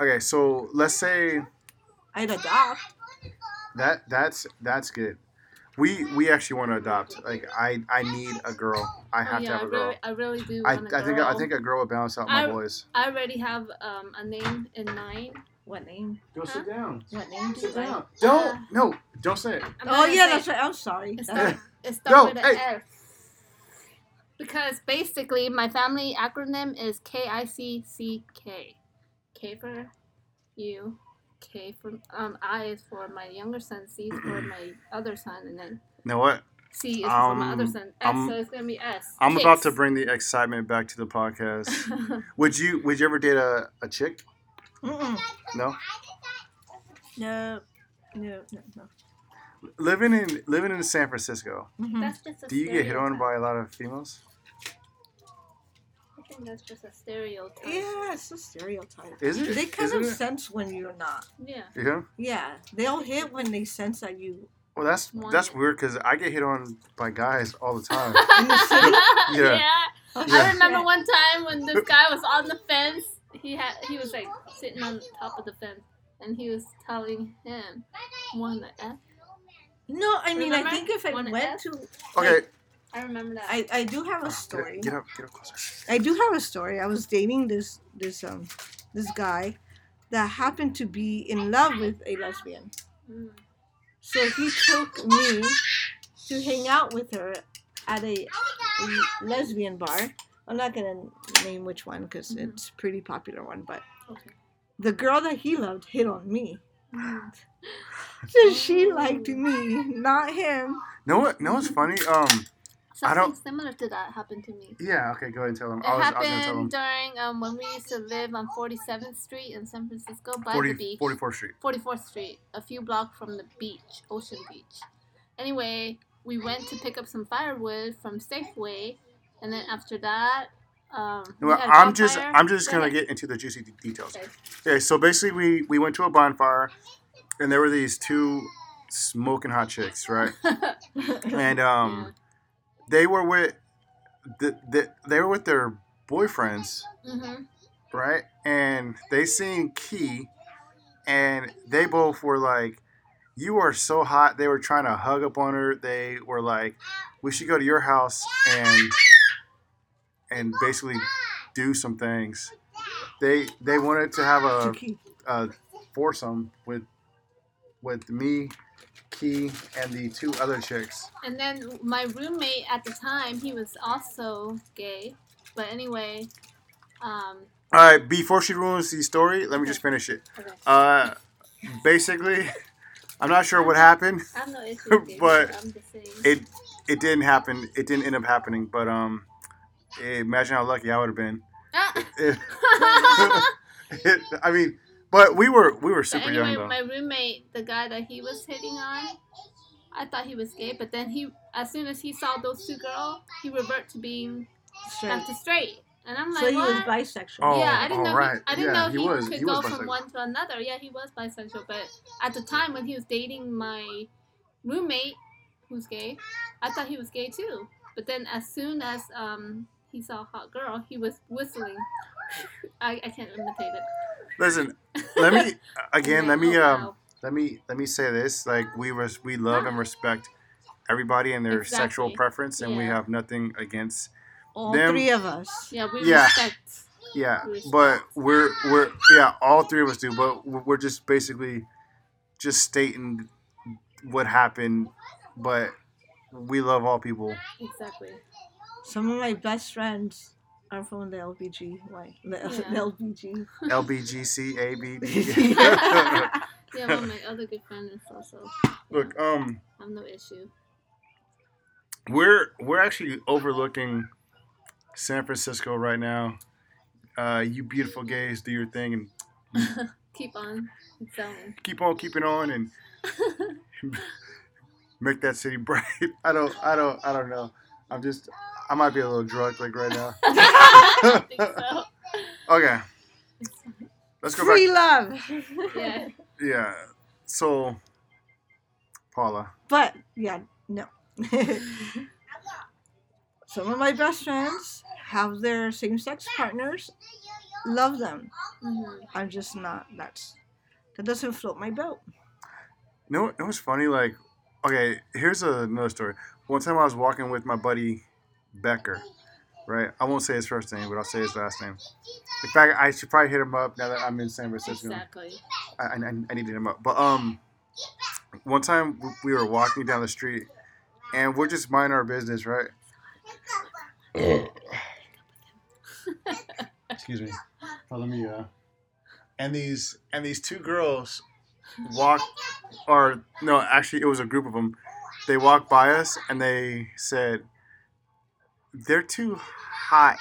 Speaker 1: Okay, so let's say
Speaker 3: I'd adopt.
Speaker 1: that that's that's good. We we actually want to adopt. Like I I need a girl. I
Speaker 2: Oh,
Speaker 1: have
Speaker 2: yeah,
Speaker 1: to have a
Speaker 2: I
Speaker 1: girl.
Speaker 2: Really, I really do.
Speaker 1: I,
Speaker 2: want a
Speaker 1: I think
Speaker 2: girl.
Speaker 1: I think a girl would balance out my
Speaker 2: I-
Speaker 1: boys.
Speaker 2: I already have um, a name in mind.
Speaker 3: What name?
Speaker 1: Go
Speaker 2: sit
Speaker 1: down.
Speaker 3: What name do I?
Speaker 2: uh, Don't-
Speaker 1: no. Don't say it.
Speaker 2: I'm not
Speaker 3: Oh,
Speaker 2: gonna
Speaker 3: yeah,
Speaker 2: say
Speaker 3: that's right. I'm sorry. Uh,
Speaker 2: It's
Speaker 3: That- [laughs]
Speaker 2: not,
Speaker 1: [laughs]
Speaker 2: it's not
Speaker 1: Yo,
Speaker 2: with
Speaker 1: hey.
Speaker 2: an F. Because basically, my family acronym is K I C C K. K for you, K for um, I is for my younger son, C is for my other son, and then
Speaker 1: You know what?
Speaker 2: C is for my other
Speaker 1: Um,
Speaker 2: son. S,
Speaker 1: I'm-
Speaker 2: so it's gonna be S.
Speaker 1: I'm about to
Speaker 2: Kicks.
Speaker 1: bring [laughs] the excitement back to the podcast. would you would you ever date a, a chick?
Speaker 3: Mm-mm.
Speaker 1: No.
Speaker 3: No, no, no, no.
Speaker 1: Living in living in San Francisco,
Speaker 3: Mhm.
Speaker 2: [laughs] that's just a
Speaker 1: do you get hit on
Speaker 2: stereotype.
Speaker 1: by a lot of females?
Speaker 2: I think that's just a stereotype.
Speaker 3: Yeah, it's
Speaker 1: [laughs]
Speaker 3: a stereotype.
Speaker 1: Is it?
Speaker 3: They kind
Speaker 1: Isn't
Speaker 3: of
Speaker 1: it?
Speaker 3: sense when you're not.
Speaker 2: Yeah.
Speaker 1: Yeah.
Speaker 3: Yeah, they'll hit when they sense that you.
Speaker 1: Well, that's
Speaker 2: One.
Speaker 1: that's weird because I get hit on by guys all the
Speaker 2: [laughs]
Speaker 1: time. [laughs]
Speaker 2: yeah.
Speaker 1: Yeah.
Speaker 2: I
Speaker 1: Yeah.
Speaker 2: remember one time
Speaker 1: [laughs]
Speaker 2: when this guy was on the fence. He had he was like sitting on top of the fence, and he was telling him one the F.
Speaker 3: No, I mean,
Speaker 2: Remember?
Speaker 3: I think if I
Speaker 2: Wanna
Speaker 3: went
Speaker 2: ask?
Speaker 3: to,
Speaker 1: okay.
Speaker 2: I remember that.
Speaker 3: I, I do have a
Speaker 1: Get up,
Speaker 3: story.
Speaker 1: get up, get up closer.
Speaker 3: I do have a story. I was dating this this um this guy that happened to be in love with a lesbian.
Speaker 2: Mm.
Speaker 3: So he took me to hang out with her at a lesbian bar. I'm not gonna name which one because
Speaker 2: Mhm.
Speaker 3: it's a pretty popular one, but
Speaker 2: Okay.
Speaker 3: the girl that he loved hit on
Speaker 2: [laughs]
Speaker 3: me.
Speaker 2: Mm.
Speaker 3: So she liked me, not him.
Speaker 1: No, what? No, it's funny. Um, I
Speaker 2: Something
Speaker 1: don't-
Speaker 2: similar to that happened to me.
Speaker 1: Yeah. Okay. Go ahead and tell them.
Speaker 2: It
Speaker 1: I was, I was gonna tell them.
Speaker 2: happened during um, when we used to live on 47th Street in San Francisco by
Speaker 1: 40,
Speaker 2: the beach.
Speaker 1: 44th Street.
Speaker 2: 44th Street, a few blocks from the beach, Ocean Beach. Anyway, we went to pick up some firewood from Safeway, and then after that, um, we
Speaker 1: No,
Speaker 2: had a
Speaker 1: I'm just
Speaker 2: bonfire.
Speaker 1: I'm just
Speaker 2: Go
Speaker 1: gonna
Speaker 2: ahead.
Speaker 1: get into the juicy de- details.
Speaker 2: [laughs] Okay.
Speaker 1: Okay, so basically we we went to a bonfire, and there were these two smoking hot chicks,
Speaker 2: [laughs]
Speaker 1: right? And um, they were with the, the they were with their boyfriends,
Speaker 2: hmm
Speaker 1: right? And they seen Key, and they both were like, "You are so hot." They were trying to hug up on her. They were like, "We should go to your house and and basically do some things." They they wanted to have a
Speaker 3: Chucky.
Speaker 1: a foursome with with me, Key, and the two other chicks.
Speaker 2: And then my roommate at the time, he was also gay, but anyway, um,
Speaker 1: All right, before she ruins the story, let me just finish it.
Speaker 2: okay.
Speaker 1: Uh, basically, [laughs] I'm not sure what happened.
Speaker 2: I have no issue. with gay
Speaker 1: [laughs] But
Speaker 2: people, I'm just saying.
Speaker 1: It it didn't happen. It didn't end up happening. But um, imagine how lucky I would have been. [laughs] If-
Speaker 2: [laughs]
Speaker 1: [laughs]
Speaker 2: Ah.
Speaker 1: I mean, but we were we were
Speaker 2: But
Speaker 1: super
Speaker 2: anyway,
Speaker 1: young though.
Speaker 2: my roommate, the guy that he was hitting on, I thought he was gay, but then he, as soon as he saw those two girls, he reverted to being
Speaker 3: Straight.
Speaker 2: back to straight, and I'm like,
Speaker 3: So he
Speaker 2: what?
Speaker 3: was bisexual.
Speaker 1: Oh,
Speaker 2: yeah, I didn't know.
Speaker 1: alright.
Speaker 2: He, I didn't
Speaker 1: Yeah,
Speaker 2: know
Speaker 1: he
Speaker 2: he,
Speaker 1: was-
Speaker 2: could
Speaker 1: he
Speaker 2: go
Speaker 1: was
Speaker 2: from
Speaker 1: bisexual.
Speaker 2: one to another. Yeah, he was bisexual, but at the time when he was dating my roommate, who's gay, I thought he was gay too. But then as soon as um he saw a hot girl, he was whistling. [laughs] I, I can't imitate it.
Speaker 1: Listen, let
Speaker 2: [laughs]
Speaker 1: me again.
Speaker 2: I'm
Speaker 1: Let
Speaker 2: like,
Speaker 1: me
Speaker 2: oh,
Speaker 1: um.
Speaker 2: wow.
Speaker 1: let me let me say this like we res- we love
Speaker 2: [laughs]
Speaker 1: and respect everybody and their sexual
Speaker 2: Exactly.
Speaker 1: preference and we
Speaker 2: Yeah.
Speaker 1: have nothing against
Speaker 3: All
Speaker 1: them-
Speaker 3: three of us.
Speaker 2: Yeah, we
Speaker 1: Yeah.
Speaker 2: respect.
Speaker 1: yeah
Speaker 2: Respect.
Speaker 1: but we're we're yeah all three of us do but we're we're just basically just stating what happened but we love all people
Speaker 2: Exactly.
Speaker 3: Some of my best friends are from the LBG. Why? The, [laughs]
Speaker 2: Yeah.
Speaker 3: the [laughs]
Speaker 1: lbgcabd
Speaker 3: LBG.
Speaker 2: Yeah, well, my other good friend is also.
Speaker 1: [laughs] look um
Speaker 2: I have no issue.
Speaker 1: we're we're actually overlooking san francisco right now uh you beautiful gays do your thing and Mm.
Speaker 2: [laughs] Keep on
Speaker 1: [laughs]
Speaker 2: selling. [laughs]
Speaker 1: keep on keeping on and [laughs] make that city [laughs] bright. I don't, I don't, I don't know. I'm just, I might be a little drunk like right now.
Speaker 2: I think so.
Speaker 1: Okay, let's go back.
Speaker 3: Free love.
Speaker 1: [laughs]
Speaker 2: Yeah.
Speaker 1: Yeah. So, Paula,
Speaker 3: But yeah, no. [laughs] Some of my best friends have their same-sex partners. Love them.
Speaker 2: Mhm.
Speaker 3: I'm just not. That's that doesn't float my boat.
Speaker 1: you know, it was funny. Like, okay, here's another story. One time I was walking with my buddy Becker. Right, I won't say his first name, but I'll say his last name. In fact, I should probably hit him up now that I'm in San Francisco.
Speaker 2: Exactly.
Speaker 1: I, I, I needed him up. But um, one time w- we were walking down the street, and we're just minding our business, right? Excuse me. Oh, let me. Uh... And these and these two girls walked, or no, actually it was a group of them. They walked by us and they said, "They're too hot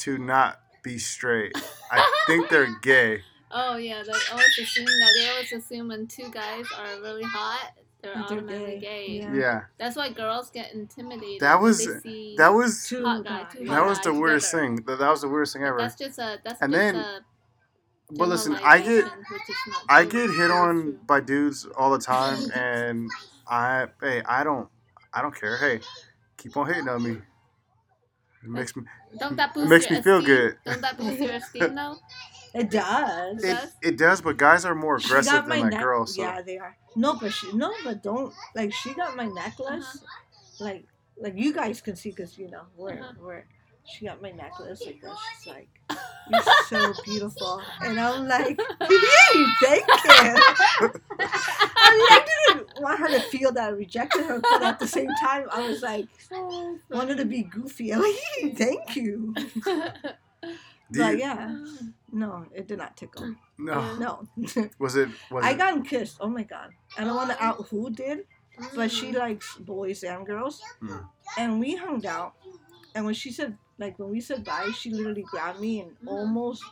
Speaker 1: to not be straight. I think they're gay."
Speaker 2: Oh yeah, they always assume that. They always assume when two guys are really hot, they're
Speaker 3: That they're
Speaker 2: automatically gay.
Speaker 3: gay. Yeah.
Speaker 1: Yeah.
Speaker 2: That's why girls get intimidated.
Speaker 1: That
Speaker 2: when
Speaker 1: was-
Speaker 2: they see-
Speaker 1: That was
Speaker 3: Two
Speaker 2: Hot guy,
Speaker 3: guys.
Speaker 2: too
Speaker 1: that
Speaker 2: hot
Speaker 1: was the
Speaker 2: guys
Speaker 1: weirdest
Speaker 2: together.
Speaker 1: thing. That, that was the weirdest thing ever.
Speaker 2: That's just a. That's
Speaker 1: And
Speaker 2: just
Speaker 1: then-
Speaker 2: a
Speaker 1: But listen, I get
Speaker 2: generalization, which is not
Speaker 1: I
Speaker 2: true.
Speaker 1: get hit
Speaker 2: It's not
Speaker 1: on
Speaker 2: true.
Speaker 1: by dudes all the time, and I hey I don't I don't care. Hey, keep on hitting on me. It makes me
Speaker 2: Don't that
Speaker 1: it
Speaker 2: boost
Speaker 1: makes
Speaker 2: your
Speaker 1: me feel
Speaker 2: esteem?
Speaker 1: good.
Speaker 2: Don't that boost your esteem though?
Speaker 3: It does.
Speaker 1: it,
Speaker 2: does?
Speaker 1: it does, but guys are more
Speaker 3: She
Speaker 1: aggressive
Speaker 3: got my
Speaker 1: than like
Speaker 3: neck-
Speaker 1: girls. So
Speaker 3: Yeah, they are. No, but she no, but don't like she got my necklace,
Speaker 1: Uh-huh.
Speaker 3: like like you guys can see because you know where
Speaker 2: Uh-huh.
Speaker 3: where she got my necklace like this. She's like, you're so beautiful, and I'm like, yay, thank you. I, mean, I didn't want her to feel that I rejected her, but at the same time, I was like, wanted to be goofy. I'm like, "Yay, thank you.
Speaker 1: Do you-
Speaker 3: But yeah, no, it did not tickle.
Speaker 1: no,
Speaker 3: No.
Speaker 1: was it was
Speaker 3: I
Speaker 1: Mm. it
Speaker 3: gotten kissed. Oh my god. I don't want to out who did, but she likes boys and girls.
Speaker 1: Mm.
Speaker 3: And we hung out. And when she said, like, when we said bye, she literally grabbed me and
Speaker 2: Mhm.
Speaker 3: almost,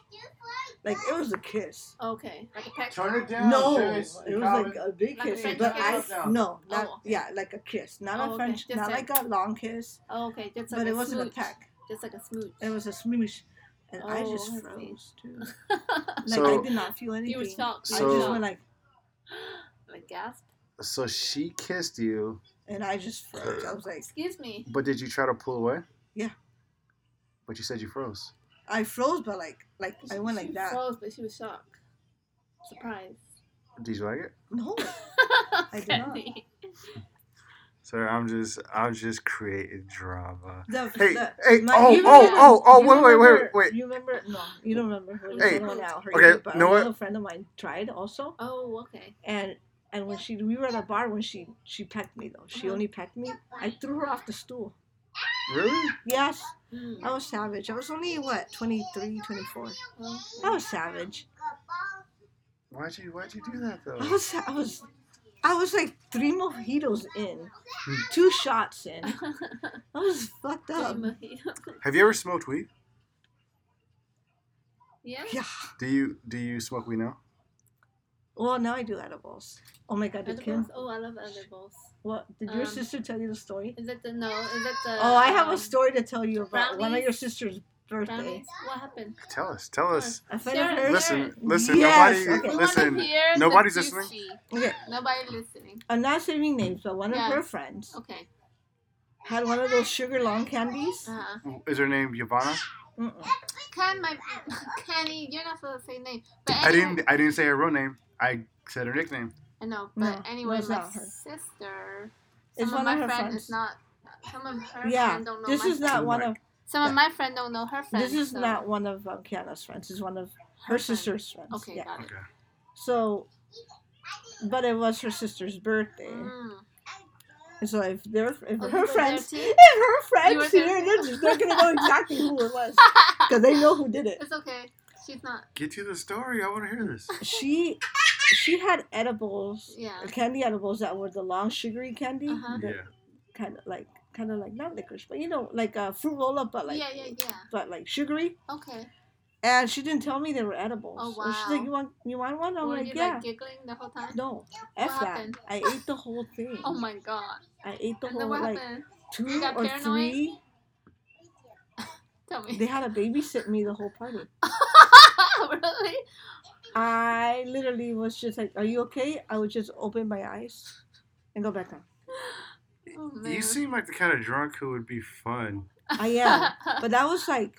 Speaker 3: like,
Speaker 1: Hmm.
Speaker 3: it was a kiss.
Speaker 2: Okay. Like a peck.
Speaker 1: Turn it down.
Speaker 3: No, it
Speaker 1: Chase.
Speaker 3: was like a big
Speaker 2: Like a
Speaker 3: kiss,
Speaker 2: French
Speaker 3: but
Speaker 2: kiss? Oh,
Speaker 3: I no, not
Speaker 2: okay.
Speaker 3: yeah, like a kiss, not
Speaker 2: Oh,
Speaker 3: a
Speaker 2: okay.
Speaker 3: French,
Speaker 2: Just
Speaker 3: not
Speaker 2: a-
Speaker 3: like a long kiss,
Speaker 2: Oh, okay. Just like
Speaker 3: but
Speaker 2: a
Speaker 3: it wasn't
Speaker 2: smooch.
Speaker 3: a peck.
Speaker 2: Just like a smooch.
Speaker 3: It was a smoosh, and I
Speaker 2: Oh,
Speaker 3: just
Speaker 2: I see.
Speaker 3: froze too. Like
Speaker 1: So-
Speaker 3: I did not feel
Speaker 2: [laughs]
Speaker 3: anything.
Speaker 2: you were shocked.
Speaker 3: I
Speaker 1: So-
Speaker 3: just went like,
Speaker 2: [gasps] like gasp.
Speaker 1: So she kissed you,
Speaker 3: and I just froze. I was like,
Speaker 2: Excuse me.
Speaker 1: but did you try to pull away?
Speaker 3: Yeah.
Speaker 1: But you said you froze.
Speaker 3: I froze, but like, like I went
Speaker 2: She
Speaker 3: like that.
Speaker 2: Froze, but she was shocked. Surprise.
Speaker 1: Did you like it?
Speaker 3: No, [laughs] I did not.
Speaker 2: Kenny.
Speaker 1: Sorry, I'm just I'm just creating drama.
Speaker 3: the,
Speaker 1: Hey,
Speaker 3: the-
Speaker 1: hey,
Speaker 3: my-
Speaker 1: oh,
Speaker 3: you
Speaker 1: oh,
Speaker 3: remember-
Speaker 1: oh, oh,
Speaker 3: you
Speaker 1: wait, wait, wait,
Speaker 3: remember-
Speaker 1: wait.
Speaker 3: You remember? No, you don't remember. Who
Speaker 2: Hey,
Speaker 3: someone out, her
Speaker 1: okay,
Speaker 3: name, but
Speaker 1: know what?
Speaker 3: another friend of mine tried also,
Speaker 2: [laughs] Oh, okay.
Speaker 3: and and when she we were at a bar when she she pecked me though. She
Speaker 2: Uh-huh.
Speaker 3: only pecked me. I threw her off the stool.
Speaker 1: Really?
Speaker 3: Yes,
Speaker 2: Mm.
Speaker 3: I was savage. I was only what 23,
Speaker 2: [laughs]
Speaker 3: 24. I
Speaker 2: Okay.
Speaker 3: was savage.
Speaker 1: Why'd you Why'd you do that
Speaker 3: I
Speaker 1: though?
Speaker 3: was I was I was like three mojitos in,
Speaker 1: Hmm.
Speaker 3: two shots in. I was fucked up.
Speaker 1: Have you ever smoked weed?
Speaker 2: [laughs] yeah.
Speaker 3: Yeah.
Speaker 1: Do you Do you smoke weed now?
Speaker 3: Well, now I do edibles. Oh my god, the
Speaker 2: Edibles.
Speaker 3: kid.
Speaker 2: Oh, I love edibles.
Speaker 3: What did your
Speaker 2: Um,
Speaker 3: sister tell you the story?
Speaker 2: Is it the no? Is it the?
Speaker 3: Oh, I have a
Speaker 2: um,
Speaker 3: story to tell you about one of
Speaker 2: brownies?
Speaker 3: your sister's birthday.
Speaker 2: brownies? What happened?
Speaker 1: Tell us. Tell us.
Speaker 3: A friend
Speaker 2: Sarah,
Speaker 3: of hers.
Speaker 1: Listen. Listen.
Speaker 3: Yes,
Speaker 1: Nobody.
Speaker 3: okay.
Speaker 2: We
Speaker 1: Listen.
Speaker 2: wanna hear the
Speaker 1: nobody's listening.
Speaker 2: juicy.
Speaker 3: Okay,
Speaker 2: Nobody listening.
Speaker 3: I'm not saving names, but one
Speaker 2: Yes.
Speaker 3: of her friends
Speaker 2: Okay.
Speaker 3: had one of those sugar long candies.
Speaker 2: Uh-huh.
Speaker 1: Is her name Giovanna?
Speaker 3: Mm-mm.
Speaker 2: Ken, my [laughs] Kenny, you're not supposed to say name. But
Speaker 1: I
Speaker 2: anyway,
Speaker 1: didn't. I didn't say her real name. I said her nickname.
Speaker 2: I know,
Speaker 3: No,
Speaker 2: but anyway,
Speaker 3: that's
Speaker 2: my
Speaker 3: not her.
Speaker 2: sister. Some
Speaker 3: It's
Speaker 2: of
Speaker 3: one
Speaker 2: my
Speaker 3: of her
Speaker 2: friend
Speaker 3: friends.
Speaker 2: is not. Some of her
Speaker 3: Yeah,
Speaker 2: friend don't know
Speaker 3: This
Speaker 2: my
Speaker 3: is not
Speaker 1: Oh
Speaker 3: one
Speaker 1: my
Speaker 3: of
Speaker 2: Some of my friend don't know her friend.
Speaker 3: this is
Speaker 2: so-
Speaker 3: not one of um, Kiana's friends. It's one of her
Speaker 2: friend.
Speaker 3: sister's friends.
Speaker 2: Okay,
Speaker 3: Yeah.
Speaker 2: got it.
Speaker 1: Okay.
Speaker 3: So, but it was her sister's birthday.
Speaker 2: Mm.
Speaker 3: And So if their if
Speaker 2: Oh, you
Speaker 3: her
Speaker 2: were there
Speaker 3: friends
Speaker 2: too?
Speaker 3: if her friends
Speaker 2: there
Speaker 3: here,
Speaker 2: too?
Speaker 3: they're, just, they're gonna know exactly who
Speaker 2: [laughs]
Speaker 3: it was because they know who did it.
Speaker 2: it's okay. She's not.
Speaker 1: Get to the story. I want to hear this.
Speaker 3: She she had edibles,
Speaker 2: Yeah.
Speaker 3: candy edibles that were the long sugary candy,
Speaker 2: Uh-huh.
Speaker 1: Yeah.
Speaker 3: that kind of like kind of like not licorice, but you know like a fruit roll up, but like
Speaker 2: yeah, yeah, yeah.
Speaker 3: but like sugary.
Speaker 2: Okay.
Speaker 3: And she didn't tell me they were edibles.
Speaker 2: Oh,
Speaker 3: And she's
Speaker 2: wow.
Speaker 3: like, you want you want one? I'm
Speaker 2: Were
Speaker 3: like,
Speaker 2: you
Speaker 3: yeah.
Speaker 2: like giggling the whole time?
Speaker 3: Oh no, f that.
Speaker 2: happened?
Speaker 3: I ate the whole thing.
Speaker 2: [laughs] Oh my god.
Speaker 3: I ate the
Speaker 2: And then
Speaker 3: whole
Speaker 2: what
Speaker 3: like
Speaker 2: happened?
Speaker 3: two
Speaker 2: You got
Speaker 3: or
Speaker 2: paranoid?
Speaker 3: three.
Speaker 2: Tell me.
Speaker 3: They had to babysit me the whole party.
Speaker 2: [laughs] really?
Speaker 3: I literally was just like, "Are you okay?" I would just open my eyes and go back down.
Speaker 2: Oh, man.
Speaker 1: You seem like the kind of drunk who would be fun.
Speaker 3: I am, but that was like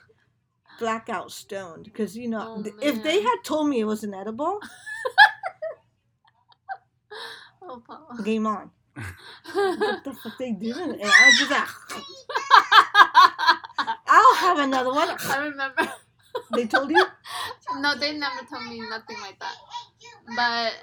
Speaker 3: blackout stoned because you know
Speaker 2: Oh,
Speaker 3: th- if they
Speaker 2: man.
Speaker 3: had told me it was an edible,
Speaker 2: [laughs] oh, Paul.
Speaker 3: [laughs]
Speaker 2: [laughs]
Speaker 3: game on. But the fuck they didn't, and I was just like,
Speaker 2: I
Speaker 3: "I'll have another one." [laughs]
Speaker 2: remember.
Speaker 3: They told you,
Speaker 2: No, they never told me nothing like that. But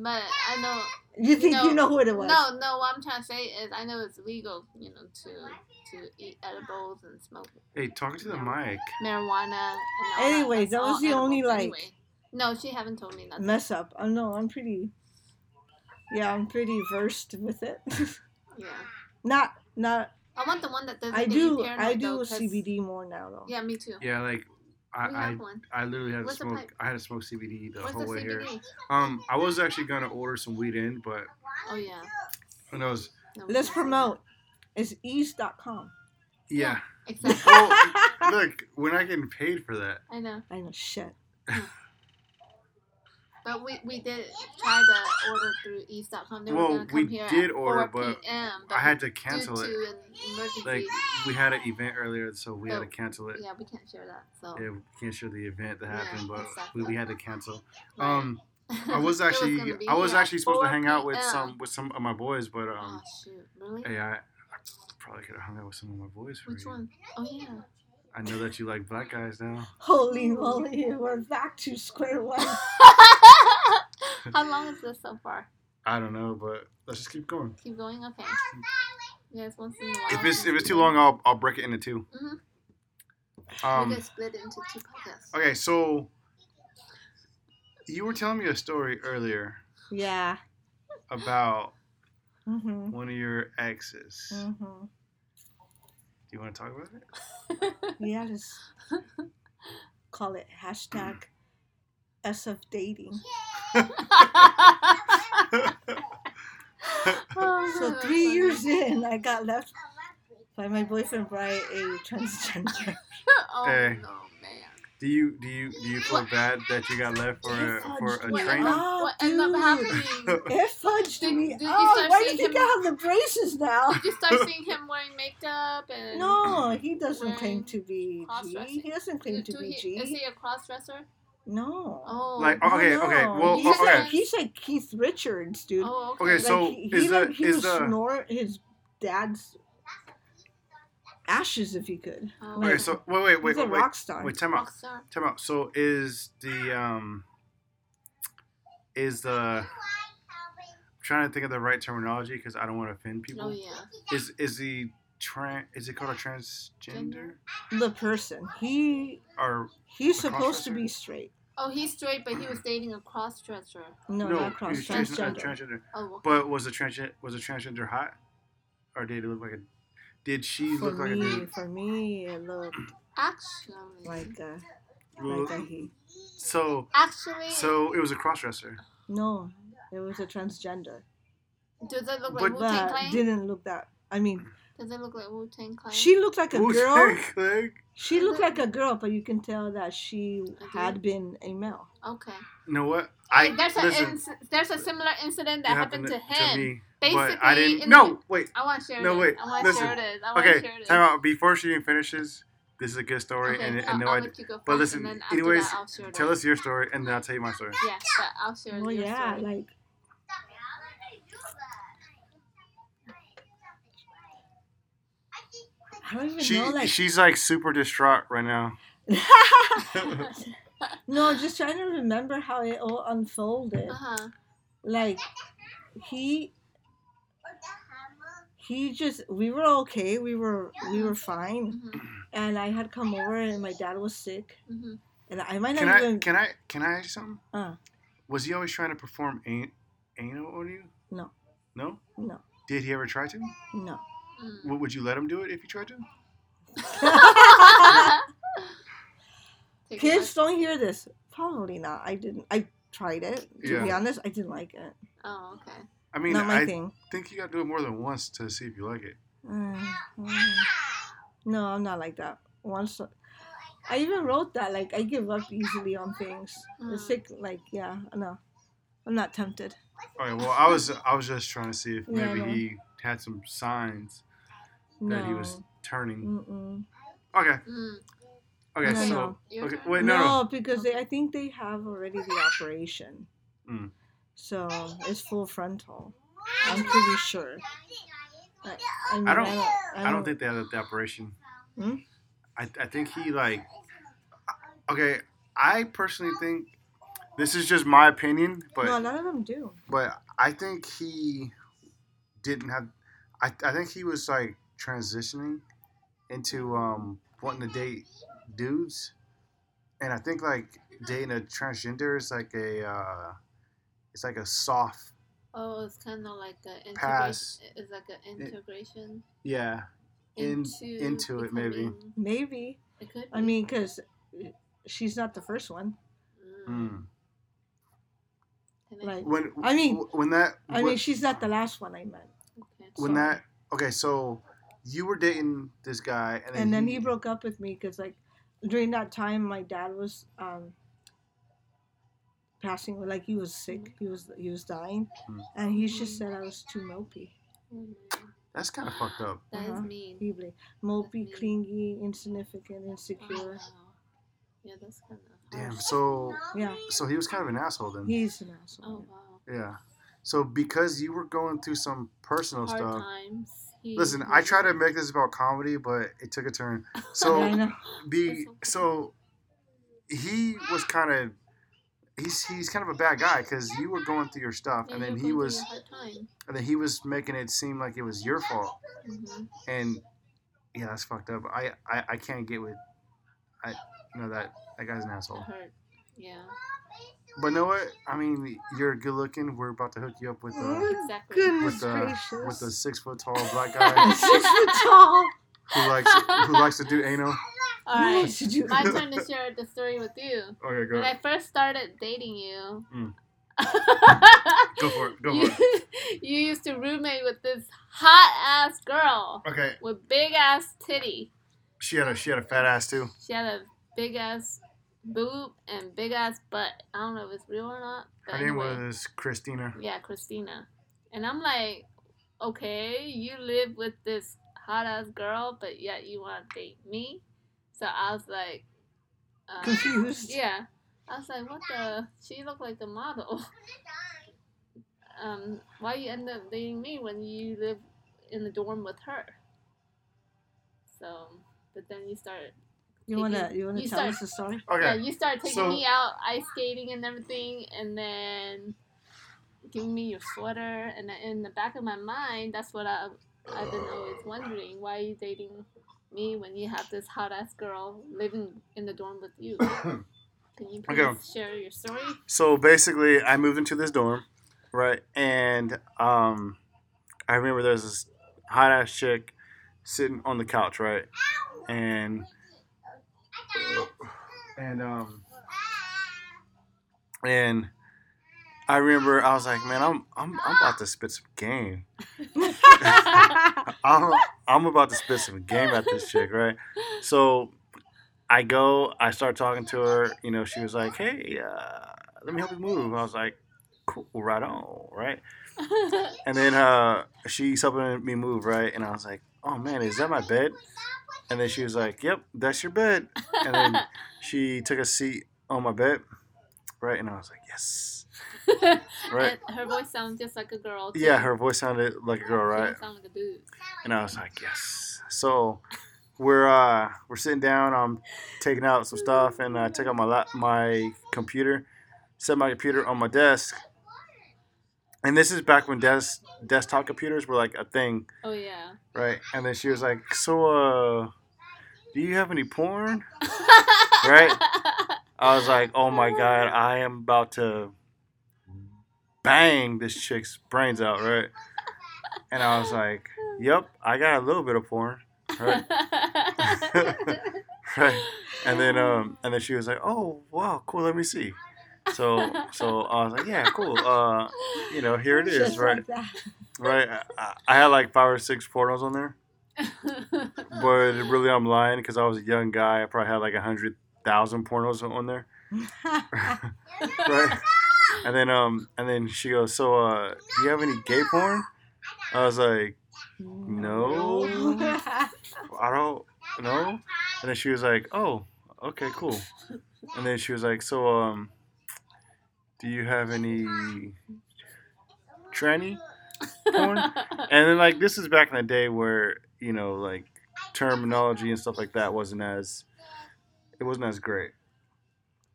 Speaker 2: but I know.
Speaker 3: you think you know what it was?
Speaker 2: No, no. What I'm trying to say is, I know it's legal, you know, to to eat edibles and smoke
Speaker 1: Hey, talk to the mic.
Speaker 2: marijuana. And all
Speaker 3: Anyways,
Speaker 2: That's
Speaker 3: that was
Speaker 2: all
Speaker 3: the only,
Speaker 2: edibles
Speaker 3: like-
Speaker 2: anyway. No, she haven't told me nothing.
Speaker 3: mess up. I know I'm pretty. Yeah, I'm pretty versed with it. [laughs]
Speaker 2: Yeah.
Speaker 3: not, not.
Speaker 2: I want the one that doesn't.
Speaker 3: Mm. I
Speaker 2: get you
Speaker 3: do, I
Speaker 2: paranoid,
Speaker 3: do
Speaker 2: though, 'cause-
Speaker 3: CBD more now though.
Speaker 2: Yeah, me too.
Speaker 1: Yeah, like I,
Speaker 2: we
Speaker 1: I
Speaker 2: have one.
Speaker 1: I literally had to
Speaker 2: Where's the
Speaker 1: smoke.
Speaker 2: pipe?
Speaker 1: I had to smoke CBD the
Speaker 2: What's the
Speaker 1: whole way here.
Speaker 2: CBD?
Speaker 1: Um, I was actually gonna order some weed in, but
Speaker 2: Oh yeah.
Speaker 1: who knows?
Speaker 2: No, we
Speaker 3: Let's
Speaker 2: can't say
Speaker 3: promote. It's ease.com.
Speaker 1: Yeah.
Speaker 2: that. Exactly.
Speaker 1: Oh,
Speaker 2: [laughs]
Speaker 1: look, we're not getting paid for that.
Speaker 2: I know.
Speaker 3: I know shit.
Speaker 2: But we, we did try to order through east.com. They
Speaker 1: Well,
Speaker 2: were gonna come
Speaker 1: we
Speaker 2: here
Speaker 1: did
Speaker 2: at
Speaker 1: order,
Speaker 2: 4
Speaker 1: but
Speaker 2: p.m., but
Speaker 1: I had to
Speaker 2: due
Speaker 1: cancel
Speaker 2: to
Speaker 1: it.
Speaker 2: an emergency.
Speaker 1: Like we had an event earlier, so we had
Speaker 2: Oh,
Speaker 1: to cancel it.
Speaker 2: yeah, we can't share that. So
Speaker 1: Yeah, we can't share the event that
Speaker 2: Yeah,
Speaker 1: happened, but
Speaker 2: exactly.
Speaker 1: we, we had to cancel.
Speaker 2: right. [laughs]
Speaker 1: Um, I was
Speaker 2: It
Speaker 1: actually
Speaker 2: gonna be
Speaker 1: I was
Speaker 2: here at
Speaker 1: actually supposed to
Speaker 2: 4
Speaker 1: hang out with
Speaker 2: p.m..
Speaker 1: some with some of my boys, but um,
Speaker 2: oh shoot, really?
Speaker 1: hey, I, I probably could have hung out with some of my boys. For
Speaker 2: Which
Speaker 1: you. [laughs]
Speaker 2: one? [laughs] Oh yeah.
Speaker 1: I know that you like black guys now.
Speaker 3: Holy moly, we're back to square one.
Speaker 2: [laughs] How long is this so far?
Speaker 1: I don't know, but let's just keep going.
Speaker 2: Keep going. Okay. You guys once in a while.
Speaker 1: If it's if it's too long, I'll I'll break it into 2
Speaker 3: Mm-hmm.
Speaker 2: Mhm. we
Speaker 1: Um.
Speaker 2: could split it into two podcasts.
Speaker 1: Okay, so you were telling me a story earlier
Speaker 3: Yeah.
Speaker 1: about
Speaker 3: Mm-hmm.
Speaker 1: one of your exes.
Speaker 3: Mm-hmm.
Speaker 1: Do you want to talk about it? Oh,
Speaker 2: [laughs]
Speaker 3: Yeah, just call it hashtag SF dating.
Speaker 1: [laughs]
Speaker 3: [laughs]
Speaker 2: Oh, [laughs]
Speaker 3: So three years in, I got left by my boyfriend by a transgender.
Speaker 2: [laughs] Oh
Speaker 1: Hey.
Speaker 2: no, man.
Speaker 1: Do you do you do you feel bad that you got left for a, for a
Speaker 2: What ended
Speaker 1: trainer?
Speaker 3: Oh.
Speaker 2: up, what ended
Speaker 3: Ah, Dude.
Speaker 2: up
Speaker 1: [laughs]
Speaker 2: happening?
Speaker 3: It fudged
Speaker 2: Did-
Speaker 3: me.
Speaker 2: did you
Speaker 3: oh,
Speaker 2: start
Speaker 3: why do you
Speaker 2: seeing
Speaker 3: think
Speaker 2: him-
Speaker 3: I have the braces
Speaker 2: [laughs]
Speaker 3: now?
Speaker 2: Did you start
Speaker 1: [laughs]
Speaker 2: seeing him wearing makeup and
Speaker 3: No, he doesn't claim
Speaker 2: Wearing
Speaker 3: to be G.
Speaker 2: cross-dressing.
Speaker 3: He doesn't claim
Speaker 2: Do,
Speaker 3: to
Speaker 2: do
Speaker 3: be
Speaker 2: he, is
Speaker 3: G.
Speaker 2: he a cross dresser?
Speaker 3: No.
Speaker 2: Oh,
Speaker 1: Like,
Speaker 3: No,
Speaker 1: Okay, okay,
Speaker 3: no.
Speaker 1: well,
Speaker 3: he's,
Speaker 1: okay.
Speaker 3: like, he's like Keith Richards, dude.
Speaker 2: oh, okay.
Speaker 1: Okay, so
Speaker 3: he,
Speaker 1: is
Speaker 3: he,
Speaker 1: the-
Speaker 3: like, he
Speaker 1: is
Speaker 3: would
Speaker 1: the-
Speaker 3: snort his dad's ashes if he could.
Speaker 2: Oh,
Speaker 1: [laughs] Okay, so wait wait wait
Speaker 3: he's a
Speaker 1: wait wait,
Speaker 3: rock star.
Speaker 1: wait time out
Speaker 2: Rock star.
Speaker 1: time out. So is the um is the I'm trying to think of the right terminology because I don't want to offend people.
Speaker 2: Oh yeah.
Speaker 1: Is is the tran is it called a transgender
Speaker 2: Gender?
Speaker 3: the person he
Speaker 1: or
Speaker 3: he's
Speaker 1: A
Speaker 3: supposed to
Speaker 1: crossdresser?
Speaker 3: be straight.
Speaker 2: Oh, he's straight, but he was dating a cross dresser.
Speaker 3: No,
Speaker 1: no
Speaker 3: not cross
Speaker 1: it's trans- uh,
Speaker 3: transgender.
Speaker 1: transgender.
Speaker 2: Oh, okay.
Speaker 1: But was the transgender was the transgender hot, or did it look like a? Did she
Speaker 3: for
Speaker 1: look like a
Speaker 3: me,
Speaker 1: dude?
Speaker 3: for me, it looked
Speaker 2: actually,
Speaker 3: like a,
Speaker 1: Well,
Speaker 3: like a he.
Speaker 1: So
Speaker 2: actually,
Speaker 1: so it was a crossdresser.
Speaker 3: No, it was a transgender,
Speaker 2: does it
Speaker 1: but-
Speaker 2: look like Wu Tang
Speaker 3: but
Speaker 2: Clan?
Speaker 3: didn't look that. I mean,
Speaker 2: Does it look like Wu Tang Clan?
Speaker 3: she looked like a
Speaker 1: Ooh, [laughs]
Speaker 3: girl.
Speaker 1: heck, like-
Speaker 3: She looked like a girl, but you can tell that she
Speaker 2: dude?
Speaker 3: had been a male.
Speaker 2: okay.
Speaker 1: You know what? I
Speaker 2: Like, there's a
Speaker 1: listen.
Speaker 2: inc- there's a similar incident that
Speaker 1: it
Speaker 2: happened to him.
Speaker 1: me,
Speaker 2: Basically,
Speaker 1: but I didn't.
Speaker 2: in
Speaker 1: No, wait.
Speaker 2: I want to share
Speaker 1: No,
Speaker 2: this.
Speaker 1: wait,
Speaker 2: I want to
Speaker 1: listen.
Speaker 2: share this. I want to
Speaker 1: Okay,
Speaker 2: share this.
Speaker 1: time out. Before she even finishes, this is a good story,
Speaker 2: Okay,
Speaker 1: and,
Speaker 2: I'll,
Speaker 1: and no,
Speaker 2: I'll
Speaker 1: I.
Speaker 2: let you go first,
Speaker 1: but
Speaker 2: and
Speaker 1: listen,
Speaker 2: then after
Speaker 1: anyways,
Speaker 2: that, I'll share
Speaker 1: Tell
Speaker 2: that.
Speaker 1: us your story, and then I'll tell you my story.
Speaker 2: Yes, but I'll share
Speaker 3: Well,
Speaker 2: your
Speaker 1: [laughs]
Speaker 3: yeah,
Speaker 2: story.
Speaker 3: like I don't even
Speaker 1: She
Speaker 3: know. Like
Speaker 1: she's like super distraught right now.
Speaker 3: [laughs] no, just trying to remember how it all unfolded.
Speaker 2: Uh huh.
Speaker 3: Like he he just we were okay. We were we were fine.
Speaker 2: hmm
Speaker 3: And I had come over, and my dad was sick,
Speaker 2: hmm
Speaker 3: and I might not
Speaker 1: Can I
Speaker 3: even.
Speaker 1: can I can I ask you something?
Speaker 3: Uh,
Speaker 1: Was he always trying to perform an- anal on you?
Speaker 3: No.
Speaker 1: No?
Speaker 3: no,
Speaker 1: Did he ever try to?
Speaker 3: no.
Speaker 1: [laughs]
Speaker 2: Mm. [laughs]
Speaker 1: W- Would you let him do it if he tried to?
Speaker 2: Take it
Speaker 3: Kids don't hear this. Probably not. I didn't. I tried it. To be
Speaker 1: Yeah.
Speaker 3: honest, I didn't like it.
Speaker 2: back. Oh, okay.
Speaker 1: I mean,
Speaker 3: not my
Speaker 1: I
Speaker 3: thing.
Speaker 1: think you got to do it more than once to see if you like it.
Speaker 3: Mm, mm. No, I'm not like that. Once I even wrote that, like I give up easily on things. It's
Speaker 2: Mm.
Speaker 3: like, like yeah, no, I'm not tempted.
Speaker 1: All right. Well, I was I was just trying to see if
Speaker 3: Yeah, I
Speaker 1: maybe
Speaker 3: know.
Speaker 1: he had some signs
Speaker 3: No.
Speaker 1: that he was mm. turning.
Speaker 3: Mm-mm.
Speaker 1: Okay.
Speaker 2: Mm.
Speaker 1: Okay.
Speaker 3: No,
Speaker 1: so
Speaker 3: no.
Speaker 2: Your
Speaker 1: okay.
Speaker 2: turn.
Speaker 1: Wait.
Speaker 3: no,
Speaker 1: No. No.
Speaker 3: because they, I think they have already the operation.
Speaker 1: Mm.
Speaker 3: So it's full frontal. I'm pretty sure. uh, I, I, mean,
Speaker 1: I don't-
Speaker 3: I
Speaker 1: I don't think they had the operation.
Speaker 3: Hmm?
Speaker 1: I I think he like. Okay. I personally think this is just my opinion, but
Speaker 3: no, none of them do.
Speaker 1: but I think he didn't have. I I think he was like transitioning into um wanting to date dudes, and I think like dating a transgender is like a uh, it's like a soft
Speaker 2: Oh, it's kind of like an
Speaker 1: Pass.
Speaker 2: integration. It's like an
Speaker 1: It-
Speaker 2: integration
Speaker 1: yeah in-
Speaker 2: into
Speaker 1: into it, maybe.
Speaker 2: becoming-
Speaker 3: Maybe.
Speaker 2: It could.
Speaker 3: I
Speaker 2: be.
Speaker 3: mean, because she's not the first one.
Speaker 2: Mm.
Speaker 1: mm.
Speaker 2: Can
Speaker 3: like-
Speaker 1: when
Speaker 3: I mean-
Speaker 1: when that
Speaker 3: I
Speaker 1: when,
Speaker 3: mean, she's not the last one I met.
Speaker 2: okay.
Speaker 1: when
Speaker 3: sorry.
Speaker 1: that okay so you were dating this guy and then
Speaker 3: And then he broke up with me because, like, during that time, my dad was um, passing away. Like, he was sick. He was he was dying,
Speaker 1: Mm.
Speaker 3: and he just said I was too mopey.
Speaker 2: Mm.
Speaker 1: that's kind of fucked up
Speaker 2: That is
Speaker 3: Uh-huh.
Speaker 2: mean.
Speaker 3: Feebly. mopey,
Speaker 2: Mm.
Speaker 3: clingy, insignificant, insecure.
Speaker 2: Oh, Wow. Yeah, that's kind of.
Speaker 1: damn so
Speaker 3: Yeah,
Speaker 1: so he was kind of an asshole then
Speaker 3: he's an asshole.
Speaker 2: Oh wow.
Speaker 1: yeah so because you were going through some personal
Speaker 2: Hard
Speaker 1: stuff
Speaker 2: times. He
Speaker 1: Listen, I try to
Speaker 2: really-
Speaker 1: make this about comedy, but it took a
Speaker 2: [laughs]
Speaker 1: turn.
Speaker 2: Oh,
Speaker 3: Yeah, I
Speaker 1: So
Speaker 3: know.
Speaker 1: the so he was kind of he's he's kind of a bad guy because you were going through your stuff,
Speaker 2: Yeah,
Speaker 1: and
Speaker 2: you're
Speaker 1: then
Speaker 2: going
Speaker 1: he
Speaker 2: through
Speaker 1: was
Speaker 2: a hard time.
Speaker 1: and then he was making it seem like it was your fault,
Speaker 2: Mhm.
Speaker 1: and yeah, that's fucked up. I I, I can't get with I you know that that guy's an
Speaker 2: It
Speaker 1: asshole.
Speaker 2: hurt. Yeah.
Speaker 1: But know what? I mean, you're good looking. We're about to hook you up with uh, a
Speaker 2: Exactly.
Speaker 1: with
Speaker 3: Goodness
Speaker 1: a
Speaker 3: gracious.
Speaker 1: with
Speaker 3: [laughs]
Speaker 1: a six foot tall black guy
Speaker 3: Six foot tall.
Speaker 1: who likes who likes to do anal.
Speaker 2: [laughs] All right.
Speaker 3: Should you?
Speaker 2: My turn to share the story with you.
Speaker 1: Okay, go
Speaker 2: When I first started dating you, [laughs]
Speaker 1: Mm. go for it. Go
Speaker 2: you,
Speaker 1: for it.
Speaker 2: [laughs] you used to roommate with this hot ass girl
Speaker 1: Okay,
Speaker 2: with big ass titty.
Speaker 1: she had a she had a fat ass too.
Speaker 2: She had a big ass boob and big ass butt. I don't know if it's real or not. But
Speaker 1: Her name
Speaker 2: anyway.
Speaker 1: was Christina.
Speaker 2: Yeah, Christina. And I'm like, okay, you live with this hot ass girl, but yet you want to date me? So I was like, um,
Speaker 3: Confused.
Speaker 2: yeah. I was like, what the? She looked like a model. [laughs] Um, why you end up dating me when you live in the dorm with her? So, but then you start.
Speaker 3: You wanna you wanna
Speaker 2: You
Speaker 3: tell
Speaker 2: start.
Speaker 3: us
Speaker 2: [laughs]
Speaker 3: the story?
Speaker 2: Yeah,
Speaker 1: Okay,
Speaker 2: you start taking
Speaker 1: so-
Speaker 2: me out ice skating and everything, and then giving me your sweater. And in the back of my mind, that's what I, I've been always wondering: why are you dating me when you have this hot ass girl living in the dorm with
Speaker 1: [coughs]
Speaker 2: you? Can you please
Speaker 1: Okay.
Speaker 2: share your story? [laughs]
Speaker 1: so basically, I moved into this dorm, right? And um, I remember there was this hot ass chick sitting on the couch, right? And and um and I remember I was like, man, I'm I'm I'm about to spit some game. I'm I'm about to spit some game at this chick, right? So I go, I start talking to her. You know, she was like, "Hey, uh, let me help you move." I was like, "Cool, right on, right?" And then uh, she's helping me move, right? And I was like, "Oh man, is that my bed?" And then she was like, "Yep, that's your bed." And then
Speaker 2: [laughs]
Speaker 1: she took a seat on my bed, right? And I was like, "Yes." Right.
Speaker 2: And her voice sounds just like a girl. too.
Speaker 1: Yeah, her voice sounded like a girl,
Speaker 2: She
Speaker 1: right?
Speaker 2: doesn't sound like a dude.
Speaker 1: And I was [laughs] like, yes. So we're uh, we're sitting down. I'm taking out some stuff, and I take out my lap, my computer, set my computer on my desk. And this is back when desk desktop computers were like a thing,
Speaker 2: Oh yeah.
Speaker 1: right? And then she was like, so uh, do you have any porn? Right. I was like, oh my god, I am about to bang this chick's brains out, right? And I was like, yep, I got a little bit of porn,
Speaker 2: [laughs]
Speaker 1: right? [laughs] right and then um and then she was like oh wow cool let me see so so i was like yeah cool uh you know here it is
Speaker 3: Just
Speaker 1: right
Speaker 3: like that.
Speaker 1: right I- I, I had like five or six pornos on there but really i'm lying because i was a young guy i probably had like a hundred thousand pornos on there right and then um and then she goes so uh do you have any gay porn i was like [laughs]
Speaker 3: [laughs]
Speaker 1: no i don't know and then she was like oh okay cool and then she was like so um do you have any tranny porn and then like this is back in the day where you know like terminology and stuff like that wasn't as it wasn't as great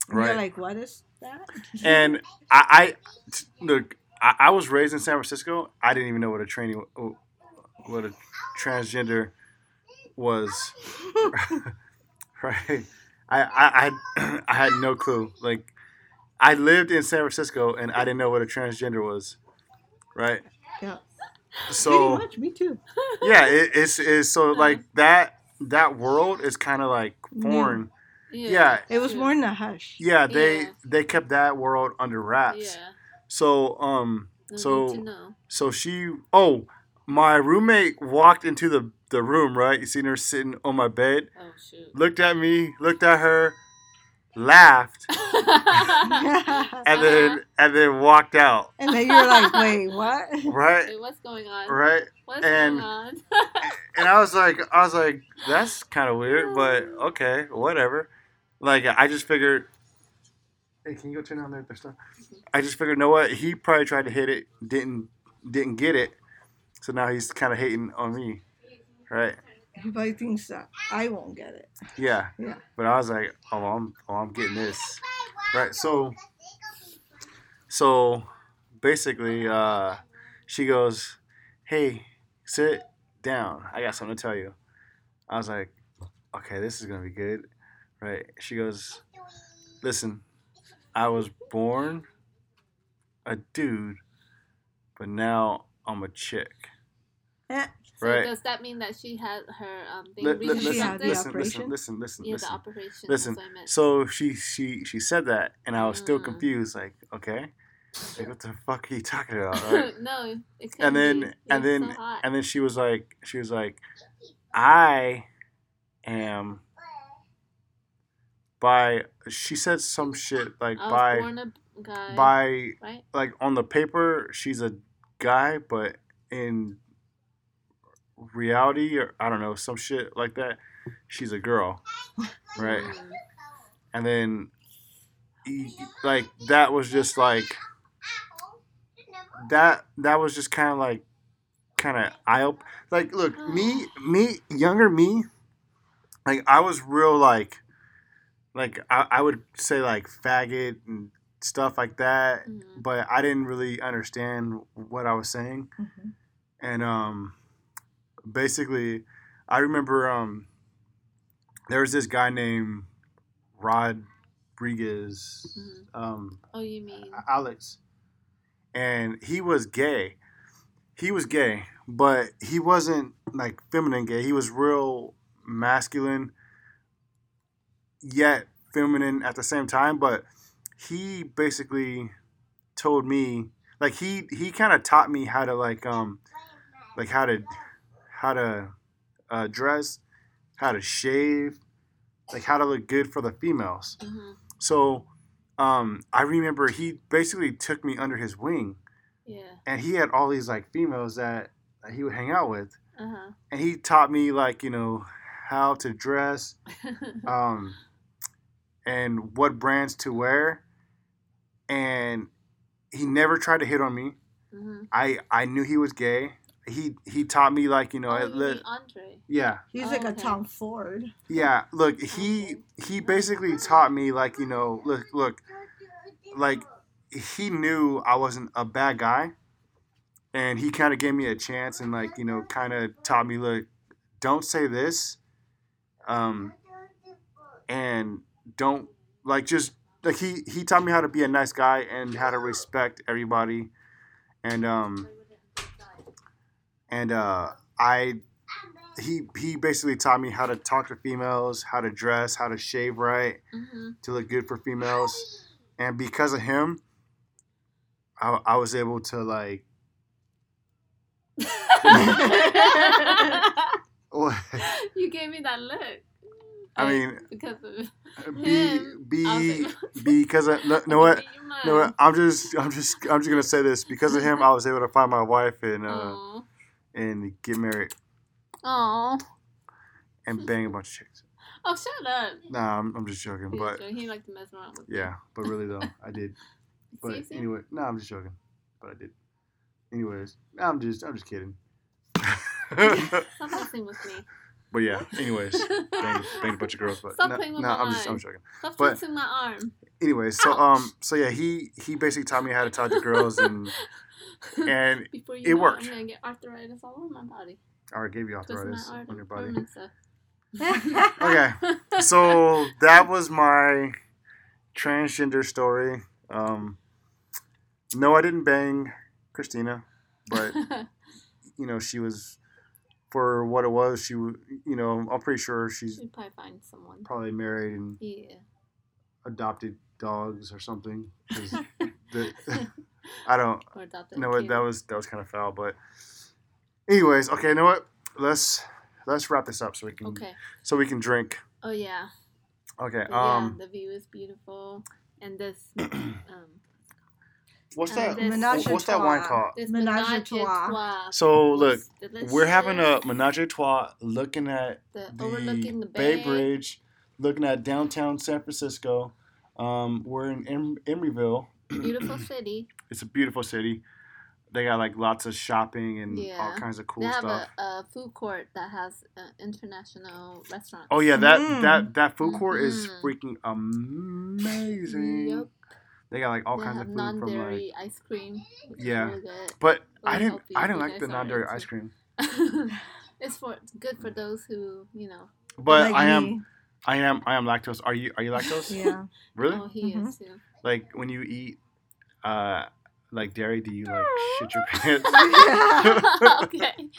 Speaker 3: Right.
Speaker 1: right
Speaker 3: like, what is that?
Speaker 1: and I, I t- look I, I was raised in San Francisco I didn't even know what a tranny what a transgender was [laughs] right I I, I I had [clears throat] no clue like I lived in San Francisco and I didn't know what a transgender was right
Speaker 3: Yeah.
Speaker 1: so
Speaker 3: [laughs] Pretty much, me too.
Speaker 1: yeah it, it's, it's so like that that world is kind of like
Speaker 2: Mm-hmm.
Speaker 1: foreign Yeah.
Speaker 3: It was
Speaker 2: true.
Speaker 3: more in a hush.
Speaker 1: yeah they
Speaker 2: Yeah.
Speaker 1: they kept that world under wraps
Speaker 2: Yeah.
Speaker 1: so um
Speaker 2: No
Speaker 1: So-
Speaker 2: need to know.
Speaker 1: so she oh my roommate walked into the the room right you seen her sitting on my bed
Speaker 2: Oh shoot.
Speaker 1: looked at me looked at her laughed
Speaker 2: Uh-huh.
Speaker 1: and then and then walked out
Speaker 3: [laughs] and then you're like, wait, what? [laughs]
Speaker 1: right
Speaker 2: [laughs] Wait, what's going on?
Speaker 1: right
Speaker 2: What's
Speaker 1: and-
Speaker 2: going on? [laughs]
Speaker 1: and I was like, I was like, that's kind of weird, but okay, whatever. Like, I just figured. Hey, can you go turn on their, their stuff? I just figured, you know what? He probably tried to hit it, didn't didn't get it, so now he's kind of hating on me, right?
Speaker 3: He probably thinks that I won't get it.
Speaker 1: Yeah.
Speaker 3: Yeah.
Speaker 1: But I was like, oh, I'm oh, I'm getting this, right? So, so basically, uh, she goes, hey, sit down. I got something to tell you. I was like, okay, this is gonna be good, right? She goes, listen, I was born a dude, but now I'm a chick.
Speaker 3: Eh,
Speaker 2: So
Speaker 1: Right.
Speaker 2: does that mean that she had her um thing
Speaker 1: Li- li- listen,
Speaker 2: reconstructed?
Speaker 3: Yeah, the
Speaker 1: listen,
Speaker 3: operation.
Speaker 1: listen, listen, listen,
Speaker 2: Yeah, the
Speaker 1: listen.
Speaker 2: operation. that's
Speaker 1: listen.
Speaker 2: what I meant.
Speaker 1: So she she she said that, and I was still
Speaker 2: Mm.
Speaker 1: confused. Like, okay, like what the fuck are you talking about? right?
Speaker 2: [laughs] no, it could
Speaker 1: and then
Speaker 2: be.
Speaker 1: and
Speaker 2: It's so
Speaker 1: then
Speaker 2: hot.
Speaker 1: and then she was like, she was like, I am by. She said some shit like
Speaker 2: I was
Speaker 1: by
Speaker 2: Oh, born a guy.
Speaker 1: by
Speaker 2: right?
Speaker 1: like on the paper she's a guy but in reality or i don't know some shit like that she's a girl right
Speaker 2: Mm.
Speaker 1: and then y- like that was just like that that was just kind of like kind of eye op- like look me me younger me like i was real like like i, I would say like faggot and stuff like that
Speaker 2: Mhm.
Speaker 1: but I didn't really understand what I was saying.
Speaker 3: mhm.
Speaker 1: And um, basically, I remember um, there was this guy named Rodriguez,
Speaker 2: Mhm.
Speaker 1: um,
Speaker 2: Oh, you mean?
Speaker 1: Alex, and he was gay. He was gay, but he wasn't like feminine gay. He was real masculine, yet feminine at the same time. But he basically told me, like he he kind of taught me how to like um like how to how to uh, dress, how to shave, like how to look good for the females.
Speaker 2: Mhm.
Speaker 1: So um, I remember he basically took me under his wing,
Speaker 2: Yeah.
Speaker 1: and he had all these like females that that he would hang out with,
Speaker 2: [laughs] Uh
Speaker 1: and he taught me like you know how to dress,
Speaker 2: huh.
Speaker 1: um, and what brands to wear, and he never tried to hit on me.
Speaker 2: hmm
Speaker 1: I I knew he was gay. He he taught me like you know
Speaker 2: oh,
Speaker 1: it
Speaker 2: you
Speaker 1: li-
Speaker 2: mean Andre?
Speaker 1: yeah
Speaker 3: He's
Speaker 2: Oh,
Speaker 3: like a
Speaker 2: okay.
Speaker 3: Tom Ford.
Speaker 2: [laughs]
Speaker 1: yeah look he he basically taught me like you know look look like he knew I wasn't a bad guy, and he kind of gave me a chance and like you know kind of taught me look, don't say this, um, and don't like just like he he taught me how to be a nice guy and how to respect everybody, and um and uh I he he basically taught me how to talk to females, how to dress, how to shave right,
Speaker 2: hmm
Speaker 1: to look good for females. And because of him, I, I was able to like [laughs] [laughs] I
Speaker 2: Mm-hmm. you gave me that look.
Speaker 1: I
Speaker 2: Like,
Speaker 1: mean, uh,
Speaker 2: because of
Speaker 1: be
Speaker 2: Him.
Speaker 1: be
Speaker 2: I [laughs]
Speaker 1: because of no, know what no what I'm just I'm just I'm just gonna say this because of him I was able to find my wife and uh,
Speaker 2: Oh,
Speaker 1: and get married
Speaker 2: oh,
Speaker 1: and bang a bunch of
Speaker 2: [laughs]
Speaker 1: chicks.
Speaker 2: oh, shut up.
Speaker 1: Nah, I'm, I'm just joking,
Speaker 2: He was
Speaker 1: but
Speaker 2: joking. he liked to mess around with me.
Speaker 1: yeah, but really though
Speaker 2: [laughs]
Speaker 1: I did. But
Speaker 2: See, see?
Speaker 1: anyway, no, I'm just joking, but I did. Anyways, I'm just I'm just kidding.
Speaker 2: [laughs]
Speaker 1: [laughs]
Speaker 2: Stop messing with me.
Speaker 1: but yeah, anyways. banged,
Speaker 2: [laughs]
Speaker 1: banged a bunch of girls, but
Speaker 2: Stop
Speaker 1: no,
Speaker 2: playing with
Speaker 1: no,
Speaker 2: my
Speaker 1: I'm just I'm
Speaker 2: mind.
Speaker 1: joking.
Speaker 2: Stop
Speaker 1: But-
Speaker 2: twisting my arm.
Speaker 1: Anyway, so
Speaker 2: Ouch.
Speaker 1: um, so yeah, he he basically taught me how to talk to girls,
Speaker 2: [laughs]
Speaker 1: and and
Speaker 2: Before you
Speaker 1: it
Speaker 2: know
Speaker 1: worked.
Speaker 2: I'm gonna get arthritis all over my body.
Speaker 1: or it gave you
Speaker 2: Twisting my
Speaker 1: arthritis
Speaker 2: arm
Speaker 1: on your body.
Speaker 2: permanent stuff.
Speaker 1: Okay,
Speaker 2: [laughs]
Speaker 1: so that was my transgender story. Um, no, I didn't bang Christina, [laughs]
Speaker 2: [laughs]
Speaker 1: but you know she was for what it was. She, w- you know, I'm pretty sure she's
Speaker 2: You'd probably find someone.
Speaker 1: probably married and [laughs]
Speaker 2: [laughs] Yeah. [laughs]
Speaker 1: adopted dogs or something.
Speaker 2: [laughs]
Speaker 1: 'cause the- [laughs] I don't.
Speaker 2: or adopted.
Speaker 1: No, what that was that was kind of foul. But anyways, okay. You know what? Let's let's wrap this up so we can
Speaker 2: Okay.
Speaker 1: so we can drink.
Speaker 2: Oh yeah.
Speaker 1: Okay.
Speaker 2: But
Speaker 1: Um.
Speaker 2: yeah, the view is beautiful,
Speaker 1: [clears throat]
Speaker 2: and this um
Speaker 1: What's
Speaker 2: uh,
Speaker 1: that?
Speaker 2: this-
Speaker 1: wh- What's that wine called?
Speaker 2: this
Speaker 3: Menage
Speaker 2: menage,
Speaker 3: a
Speaker 2: a
Speaker 3: trois.
Speaker 2: trois
Speaker 1: So
Speaker 2: was
Speaker 1: look, we're having a
Speaker 2: delicious.
Speaker 1: menage a trois, looking at
Speaker 2: the,
Speaker 1: the,
Speaker 2: overlooking the bay.
Speaker 1: Bay Bridge, looking at downtown San Francisco. Um, we're in em- Emeryville. [clears throat]
Speaker 2: Beautiful city.
Speaker 1: It's a beautiful city. They got like lots of shopping and all
Speaker 2: Yeah.
Speaker 1: kinds of cool
Speaker 2: they have
Speaker 1: stuff.
Speaker 2: a, a food court that has uh, international restaurants.
Speaker 1: Oh yeah, that
Speaker 2: Mm-hmm.
Speaker 3: Mm.
Speaker 1: that that food court is
Speaker 2: Mhm.
Speaker 1: freaking amazing.
Speaker 2: Yep.
Speaker 1: They got like all
Speaker 2: they
Speaker 1: kinds of
Speaker 2: have
Speaker 1: food from like
Speaker 2: non-dairy ice cream. which is
Speaker 1: Yeah.
Speaker 2: really good.
Speaker 1: but
Speaker 2: Really
Speaker 1: I didn't
Speaker 2: healthy
Speaker 1: I
Speaker 2: if
Speaker 1: didn't
Speaker 2: you
Speaker 1: like the
Speaker 2: guys are
Speaker 1: non-dairy
Speaker 2: into-
Speaker 1: ice cream.
Speaker 2: [laughs] it's for it's good for those who you know.
Speaker 1: But
Speaker 3: Like
Speaker 1: I am
Speaker 3: me.
Speaker 1: I am I am lactose. Are you are you lactose?
Speaker 3: Yeah.
Speaker 1: Really?
Speaker 2: Oh, he
Speaker 3: Mhm.
Speaker 2: is too.
Speaker 1: Like when you eat, uh, like dairy, do you like shit your pants? [laughs]
Speaker 2: [laughs] okay.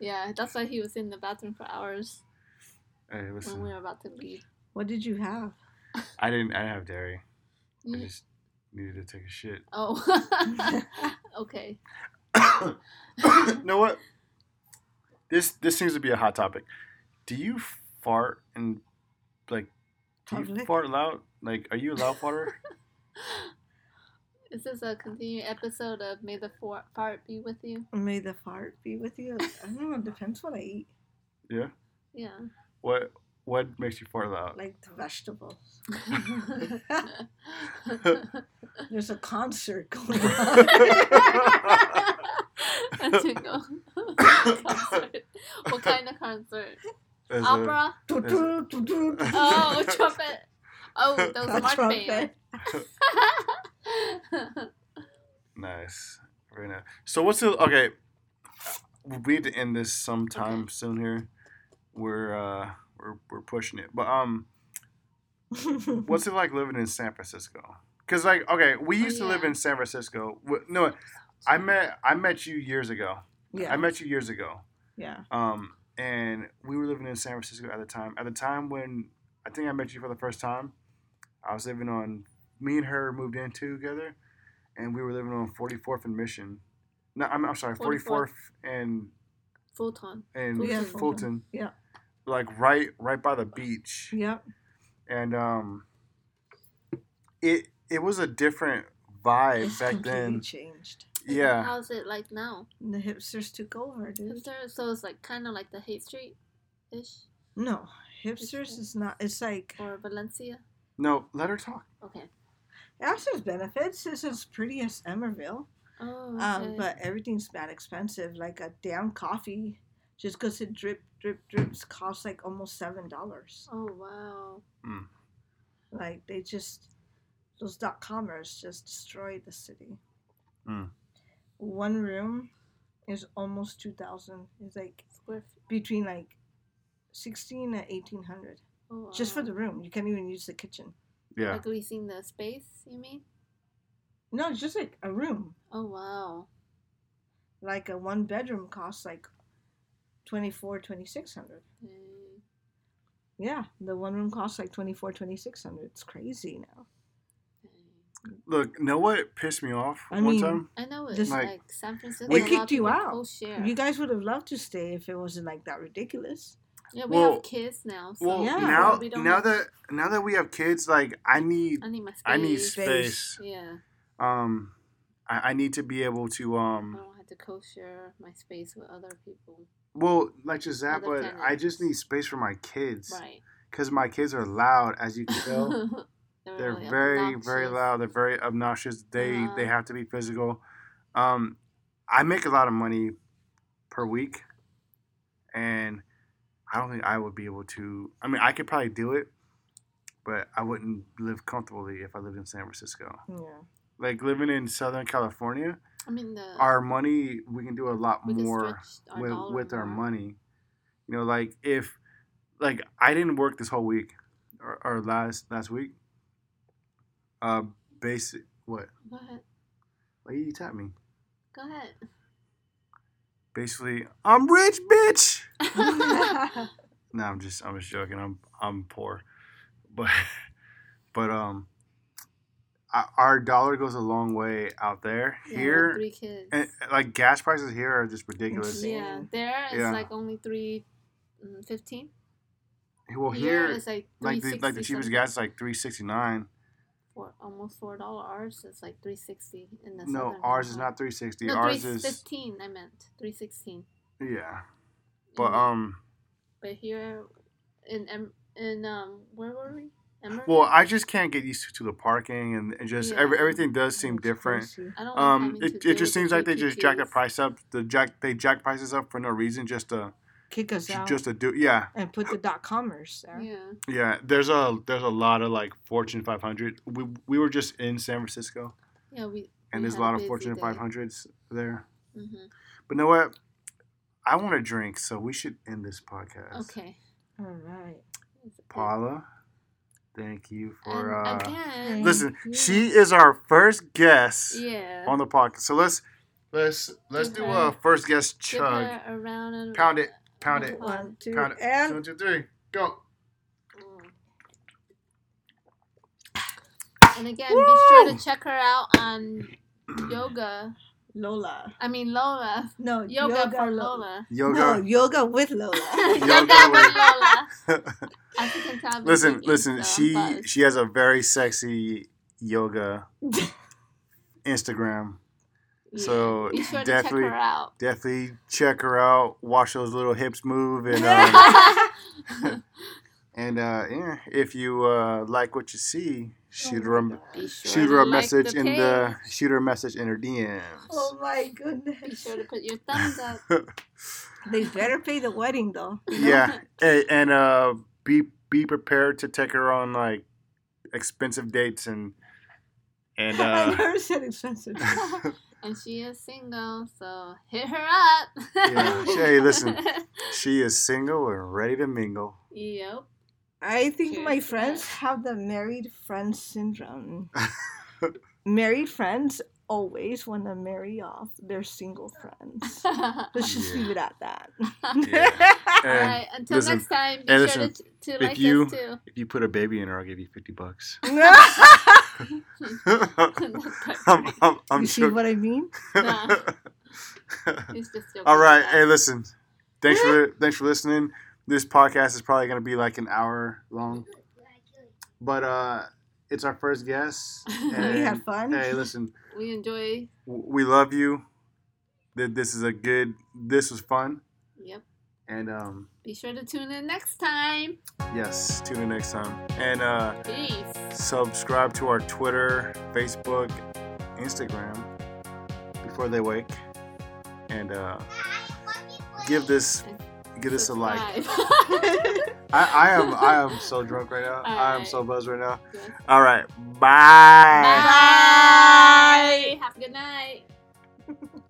Speaker 2: yeah, that's why he was in the bathroom for hours
Speaker 1: Hey,
Speaker 2: when we
Speaker 1: listen,
Speaker 2: were about to leave.
Speaker 3: What did you have?
Speaker 1: I didn't. I didn't have dairy. I
Speaker 2: Mm.
Speaker 1: just needed to take a shit. [coughs]
Speaker 2: Oh. [laughs] okay.
Speaker 1: you know what? This this seems to be a hot topic. Do you fart and like? Do you
Speaker 3: Public?
Speaker 1: fart loud? Like, are you a loud farter?
Speaker 2: This is a continued episode of May the Four- Fart Be With You.
Speaker 3: May the fart be with you. I don't know. It depends what I eat.
Speaker 1: yeah.
Speaker 2: Yeah. [laughs]
Speaker 1: What what makes you fart loud?
Speaker 3: Like [laughs] the vegetables. There's a concert [laughs]
Speaker 1: [laughs]
Speaker 3: going on.
Speaker 2: That's a go. concert. What kind of concert?
Speaker 1: As a-
Speaker 2: Opera?
Speaker 3: Do, do, do, do, do.
Speaker 2: Oh, trumpet. Oh, that was a
Speaker 3: [laughs] A
Speaker 2: march
Speaker 3: trumpet.
Speaker 2: [laughs] band.
Speaker 1: nice. Very nice. So what's the okay? We need to end this sometime
Speaker 2: Okay.
Speaker 1: soon here. We're uh we're we're pushing it, but um. What's it like living in San Francisco? Cause like okay, we
Speaker 2: Oh,
Speaker 1: used to live
Speaker 2: yeah.
Speaker 1: in San Francisco. W- No, I met I met you years ago.
Speaker 3: [laughs] yeah.
Speaker 1: I met you years ago.
Speaker 3: yeah.
Speaker 1: Um, and we were living in San Francisco at the time. At the time when I think I met you for the first time, I was living on. Me and her moved in together, and we were living on Forty Fourth and Mission. No, I'm, I'm sorry, Forty
Speaker 2: 44th.
Speaker 1: Fourth and
Speaker 2: Fulton.
Speaker 1: and
Speaker 2: Yeah,
Speaker 1: Fulton.
Speaker 2: Fulton.
Speaker 3: Yeah.
Speaker 1: Like right right by the beach
Speaker 3: Yep.
Speaker 1: and um it it was a different vibe
Speaker 3: It's
Speaker 1: back
Speaker 3: completely
Speaker 1: then
Speaker 3: changed.
Speaker 1: yeah
Speaker 2: How's it like now?
Speaker 3: And the hipsters took over, dude.
Speaker 2: Hipster, so it's like kind of like the Hate Street ish
Speaker 3: No, hipsters is not. It's like
Speaker 2: or Valencia.
Speaker 1: no let her talk
Speaker 2: Okay.
Speaker 3: After's benefits is as pretty as Emerville,
Speaker 2: Oh, okay.
Speaker 3: um, but everything's bad expensive. Like a damn coffee, just 'cause it drip, drip, drips, costs like almost seven dollars.
Speaker 2: oh wow.
Speaker 3: Like they just those dot commerce just destroyed the city.
Speaker 1: Mm.
Speaker 3: One room is almost two thousand. It's like
Speaker 2: Square feet.
Speaker 3: between like sixteen and eighteen hundred,
Speaker 2: Oh, wow.
Speaker 3: just for the room. You can't even use the kitchen.
Speaker 1: yeah
Speaker 2: Like leasing the space, you mean?
Speaker 3: No, it's just like a room.
Speaker 2: Oh wow.
Speaker 3: like a one bedroom costs like 24 2600
Speaker 2: Mm.
Speaker 3: yeah the one room costs like 24 2600 it's crazy now
Speaker 1: look know what pissed me off
Speaker 3: I
Speaker 1: one
Speaker 3: mean,
Speaker 1: time
Speaker 2: I know it's
Speaker 3: Just-
Speaker 2: like,
Speaker 1: Like,
Speaker 2: San Francisco.
Speaker 1: we
Speaker 2: a lot
Speaker 3: kicked
Speaker 2: of
Speaker 3: you
Speaker 2: people
Speaker 3: out.
Speaker 2: co-share.
Speaker 3: you guys would have loved to stay if it wasn't like that ridiculous
Speaker 2: yeah, we
Speaker 1: Well-
Speaker 2: have kids now. So
Speaker 1: well
Speaker 3: Yeah.
Speaker 1: now
Speaker 2: we don't
Speaker 1: now
Speaker 2: have-
Speaker 1: that now that we have kids like i need
Speaker 2: I need my space.
Speaker 1: i need
Speaker 3: Space.
Speaker 1: space
Speaker 2: Yeah,
Speaker 1: um I, I need to be able to
Speaker 2: I
Speaker 1: um
Speaker 2: don't have to co-share my space with other people.
Speaker 1: well like just that
Speaker 2: Other
Speaker 1: but i just
Speaker 2: tenants.
Speaker 1: need space for my kids
Speaker 2: Right.
Speaker 1: because my kids are loud as you can tell
Speaker 2: [laughs]
Speaker 1: They're
Speaker 2: really
Speaker 1: very, very
Speaker 2: obnoxious.
Speaker 1: loud. They're very obnoxious. They they
Speaker 2: Uh-huh.
Speaker 1: have to be physical. Um, I make a lot of money per week, and I don't think I would be able to. I mean, I could probably do it, but I wouldn't live comfortably if I lived in San Francisco.
Speaker 3: yeah
Speaker 2: [laughs]
Speaker 1: Like living in Southern California,
Speaker 2: I mean the
Speaker 1: our money we can do a lot
Speaker 2: we can
Speaker 1: more
Speaker 2: stretch
Speaker 1: with
Speaker 2: dollar
Speaker 1: with our
Speaker 2: more.
Speaker 1: money. You know, like if like I didn't work this whole week or, or last last week. Uh, basic what?
Speaker 2: Go ahead.
Speaker 1: Why you tap me?
Speaker 2: Go ahead.
Speaker 1: Basically, I'm rich, bitch. [laughs]
Speaker 2: [laughs]
Speaker 3: yeah
Speaker 1: No, I'm just I'm just joking. I'm I'm poor, but [laughs] but um, o- our dollar goes a long way out there.
Speaker 2: Yeah, we have
Speaker 1: here, eh,
Speaker 2: three kids.
Speaker 1: and, like gas prices here are just ridiculous.
Speaker 2: yeah, there it's
Speaker 1: Yeah.
Speaker 2: like only three mm, fifteen.
Speaker 1: Well,
Speaker 2: Here
Speaker 1: here,
Speaker 2: it's like
Speaker 1: like the like the
Speaker 2: 360
Speaker 1: cheapest
Speaker 2: something.
Speaker 1: gas is like three sixty nine.
Speaker 2: for almost four dollar. Ours is like three sixty in the
Speaker 1: No,
Speaker 2: southern
Speaker 1: ours is
Speaker 2: Vermont.
Speaker 1: not 360.
Speaker 2: No,
Speaker 1: ours
Speaker 2: three
Speaker 1: is
Speaker 2: fifteen. I meant three sixteen.
Speaker 1: yeah. But um
Speaker 2: but here in Em- in um where were we? Emory?
Speaker 1: well, I just can't get used to, to the parking and, and just every,
Speaker 2: Yeah.
Speaker 1: everything does seem different.
Speaker 2: I don't. like
Speaker 1: Um
Speaker 2: having to
Speaker 1: it,
Speaker 2: deal
Speaker 1: it just
Speaker 2: with the
Speaker 1: seems like they just jack the
Speaker 2: PPPs.
Speaker 1: price up. The jack they jack prices up for no reason just to
Speaker 3: kick us out
Speaker 1: just to do yeah.
Speaker 3: and put the dot commerce there
Speaker 2: Yeah.
Speaker 1: Yeah, there's a there's a lot of like Fortune 500. We we were just in San Francisco
Speaker 2: Yeah. We.
Speaker 1: and
Speaker 2: we
Speaker 1: there's a
Speaker 2: had
Speaker 1: lot of
Speaker 2: busy
Speaker 1: Fortune
Speaker 2: day.
Speaker 1: 500s there.
Speaker 2: Mhm.
Speaker 1: But you know what? I want a drink, so we should end this podcast.
Speaker 2: Okay.
Speaker 3: all right
Speaker 2: It's-
Speaker 1: Paula, Thank you for
Speaker 2: And
Speaker 1: uh,
Speaker 2: again,
Speaker 1: listen.
Speaker 3: Thank you.
Speaker 1: She is our first guest
Speaker 2: Mm-hmm. yeah.
Speaker 1: on the podcast. So let's let's let's do
Speaker 2: Give
Speaker 1: a first guest
Speaker 2: Give
Speaker 1: chug.
Speaker 2: her a round of
Speaker 1: Pound it, pound it,
Speaker 3: One, two,
Speaker 1: pound it. One,
Speaker 3: and
Speaker 1: two, three, go.
Speaker 2: Mm. And again, be sure
Speaker 1: Woo!
Speaker 2: to check her out
Speaker 1: [clears throat]
Speaker 2: on yoga.
Speaker 3: Lola.
Speaker 2: I mean Lola.
Speaker 3: No,
Speaker 2: Yoga, for
Speaker 3: Lo-
Speaker 2: Lola. [laughs]
Speaker 3: No,
Speaker 1: Yoga.
Speaker 3: yoga with Lola.
Speaker 1: Yoga with-
Speaker 2: for Lola.
Speaker 1: [laughs]
Speaker 2: As you can tell, I've been
Speaker 1: listen,
Speaker 2: drinking,
Speaker 1: listen.
Speaker 2: so
Speaker 1: she
Speaker 2: I'm buzzed.
Speaker 1: she has a very sexy
Speaker 2: [laughs]
Speaker 1: yoga Instagram.
Speaker 2: Yeah.
Speaker 1: So
Speaker 2: be sure to
Speaker 1: definitely
Speaker 2: check her out.
Speaker 1: definitely check her out. Watch those little hips move
Speaker 2: [laughs]
Speaker 1: and. Um, And uh, yeah, if you uh, like what you see,
Speaker 3: Oh
Speaker 2: Oh
Speaker 1: shoot her a,
Speaker 2: be sure
Speaker 1: shoot
Speaker 2: to
Speaker 1: her a
Speaker 2: like
Speaker 1: message
Speaker 2: the
Speaker 1: in
Speaker 2: page.
Speaker 1: the shoot her a message in her DMs.
Speaker 3: oh
Speaker 2: [laughs]
Speaker 3: my
Speaker 2: Be
Speaker 3: goodness.
Speaker 2: sure to put your thumbs up.
Speaker 3: They better pay the wedding though.
Speaker 1: yeah, and, and uh, be be prepared to take her on like expensive dates and
Speaker 2: [laughs]
Speaker 1: and
Speaker 3: [laughs] I
Speaker 1: uh,
Speaker 3: never said expensive.
Speaker 2: and she is single, so hit her up.
Speaker 1: Yeah. Hey, listen. [laughs]
Speaker 2: [laughs]
Speaker 1: she is single and ready to mingle.
Speaker 2: [laughs] yep.
Speaker 3: I think my
Speaker 2: Cheers to
Speaker 3: friends
Speaker 2: that.
Speaker 3: have the married friends
Speaker 1: [laughs]
Speaker 3: syndrome. married friends always want to marry off their single friends. Let's just
Speaker 1: Yeah.
Speaker 3: leave it at that.
Speaker 1: And
Speaker 2: All right. Until
Speaker 1: listen,
Speaker 2: next time, be
Speaker 1: and
Speaker 2: sure
Speaker 1: listen,
Speaker 2: to,
Speaker 1: if
Speaker 2: to like
Speaker 1: you-
Speaker 2: us too. [laughs]
Speaker 1: if you put a baby in her, I'll give you fifty
Speaker 3: [laughs]
Speaker 1: bucks. [laughs] I'm, I'm, I'm
Speaker 3: you see
Speaker 1: joking.
Speaker 3: what I mean?
Speaker 1: [laughs]
Speaker 2: Nah. It's just so
Speaker 1: All
Speaker 2: [laughs]
Speaker 1: right.
Speaker 2: good.
Speaker 1: Hey, listen. Thanks
Speaker 2: [laughs]
Speaker 1: for thanks for listening. This podcast is probably going to be like an hour long, but uh, it's our first guest.
Speaker 3: [laughs] we
Speaker 1: and-
Speaker 3: had fun.
Speaker 1: Hey, listen.
Speaker 2: we enjoy.
Speaker 1: w- We love you. Th- This is a good. This was fun,
Speaker 2: Yep.
Speaker 1: and um,
Speaker 2: Be sure to tune in next time.
Speaker 1: yes. Tune in next time, and uh,
Speaker 2: Peace.
Speaker 1: subscribe to our Twitter, Facebook, Instagram before they wake, and uh, give this give this a like.
Speaker 2: Subscribe. [laughs]
Speaker 1: I, I am I am
Speaker 3: [laughs]
Speaker 1: so drunk right now. I am
Speaker 2: Alright.
Speaker 1: so buzzed right now.
Speaker 2: Yes.
Speaker 1: All right.
Speaker 2: Bye. Have a good night.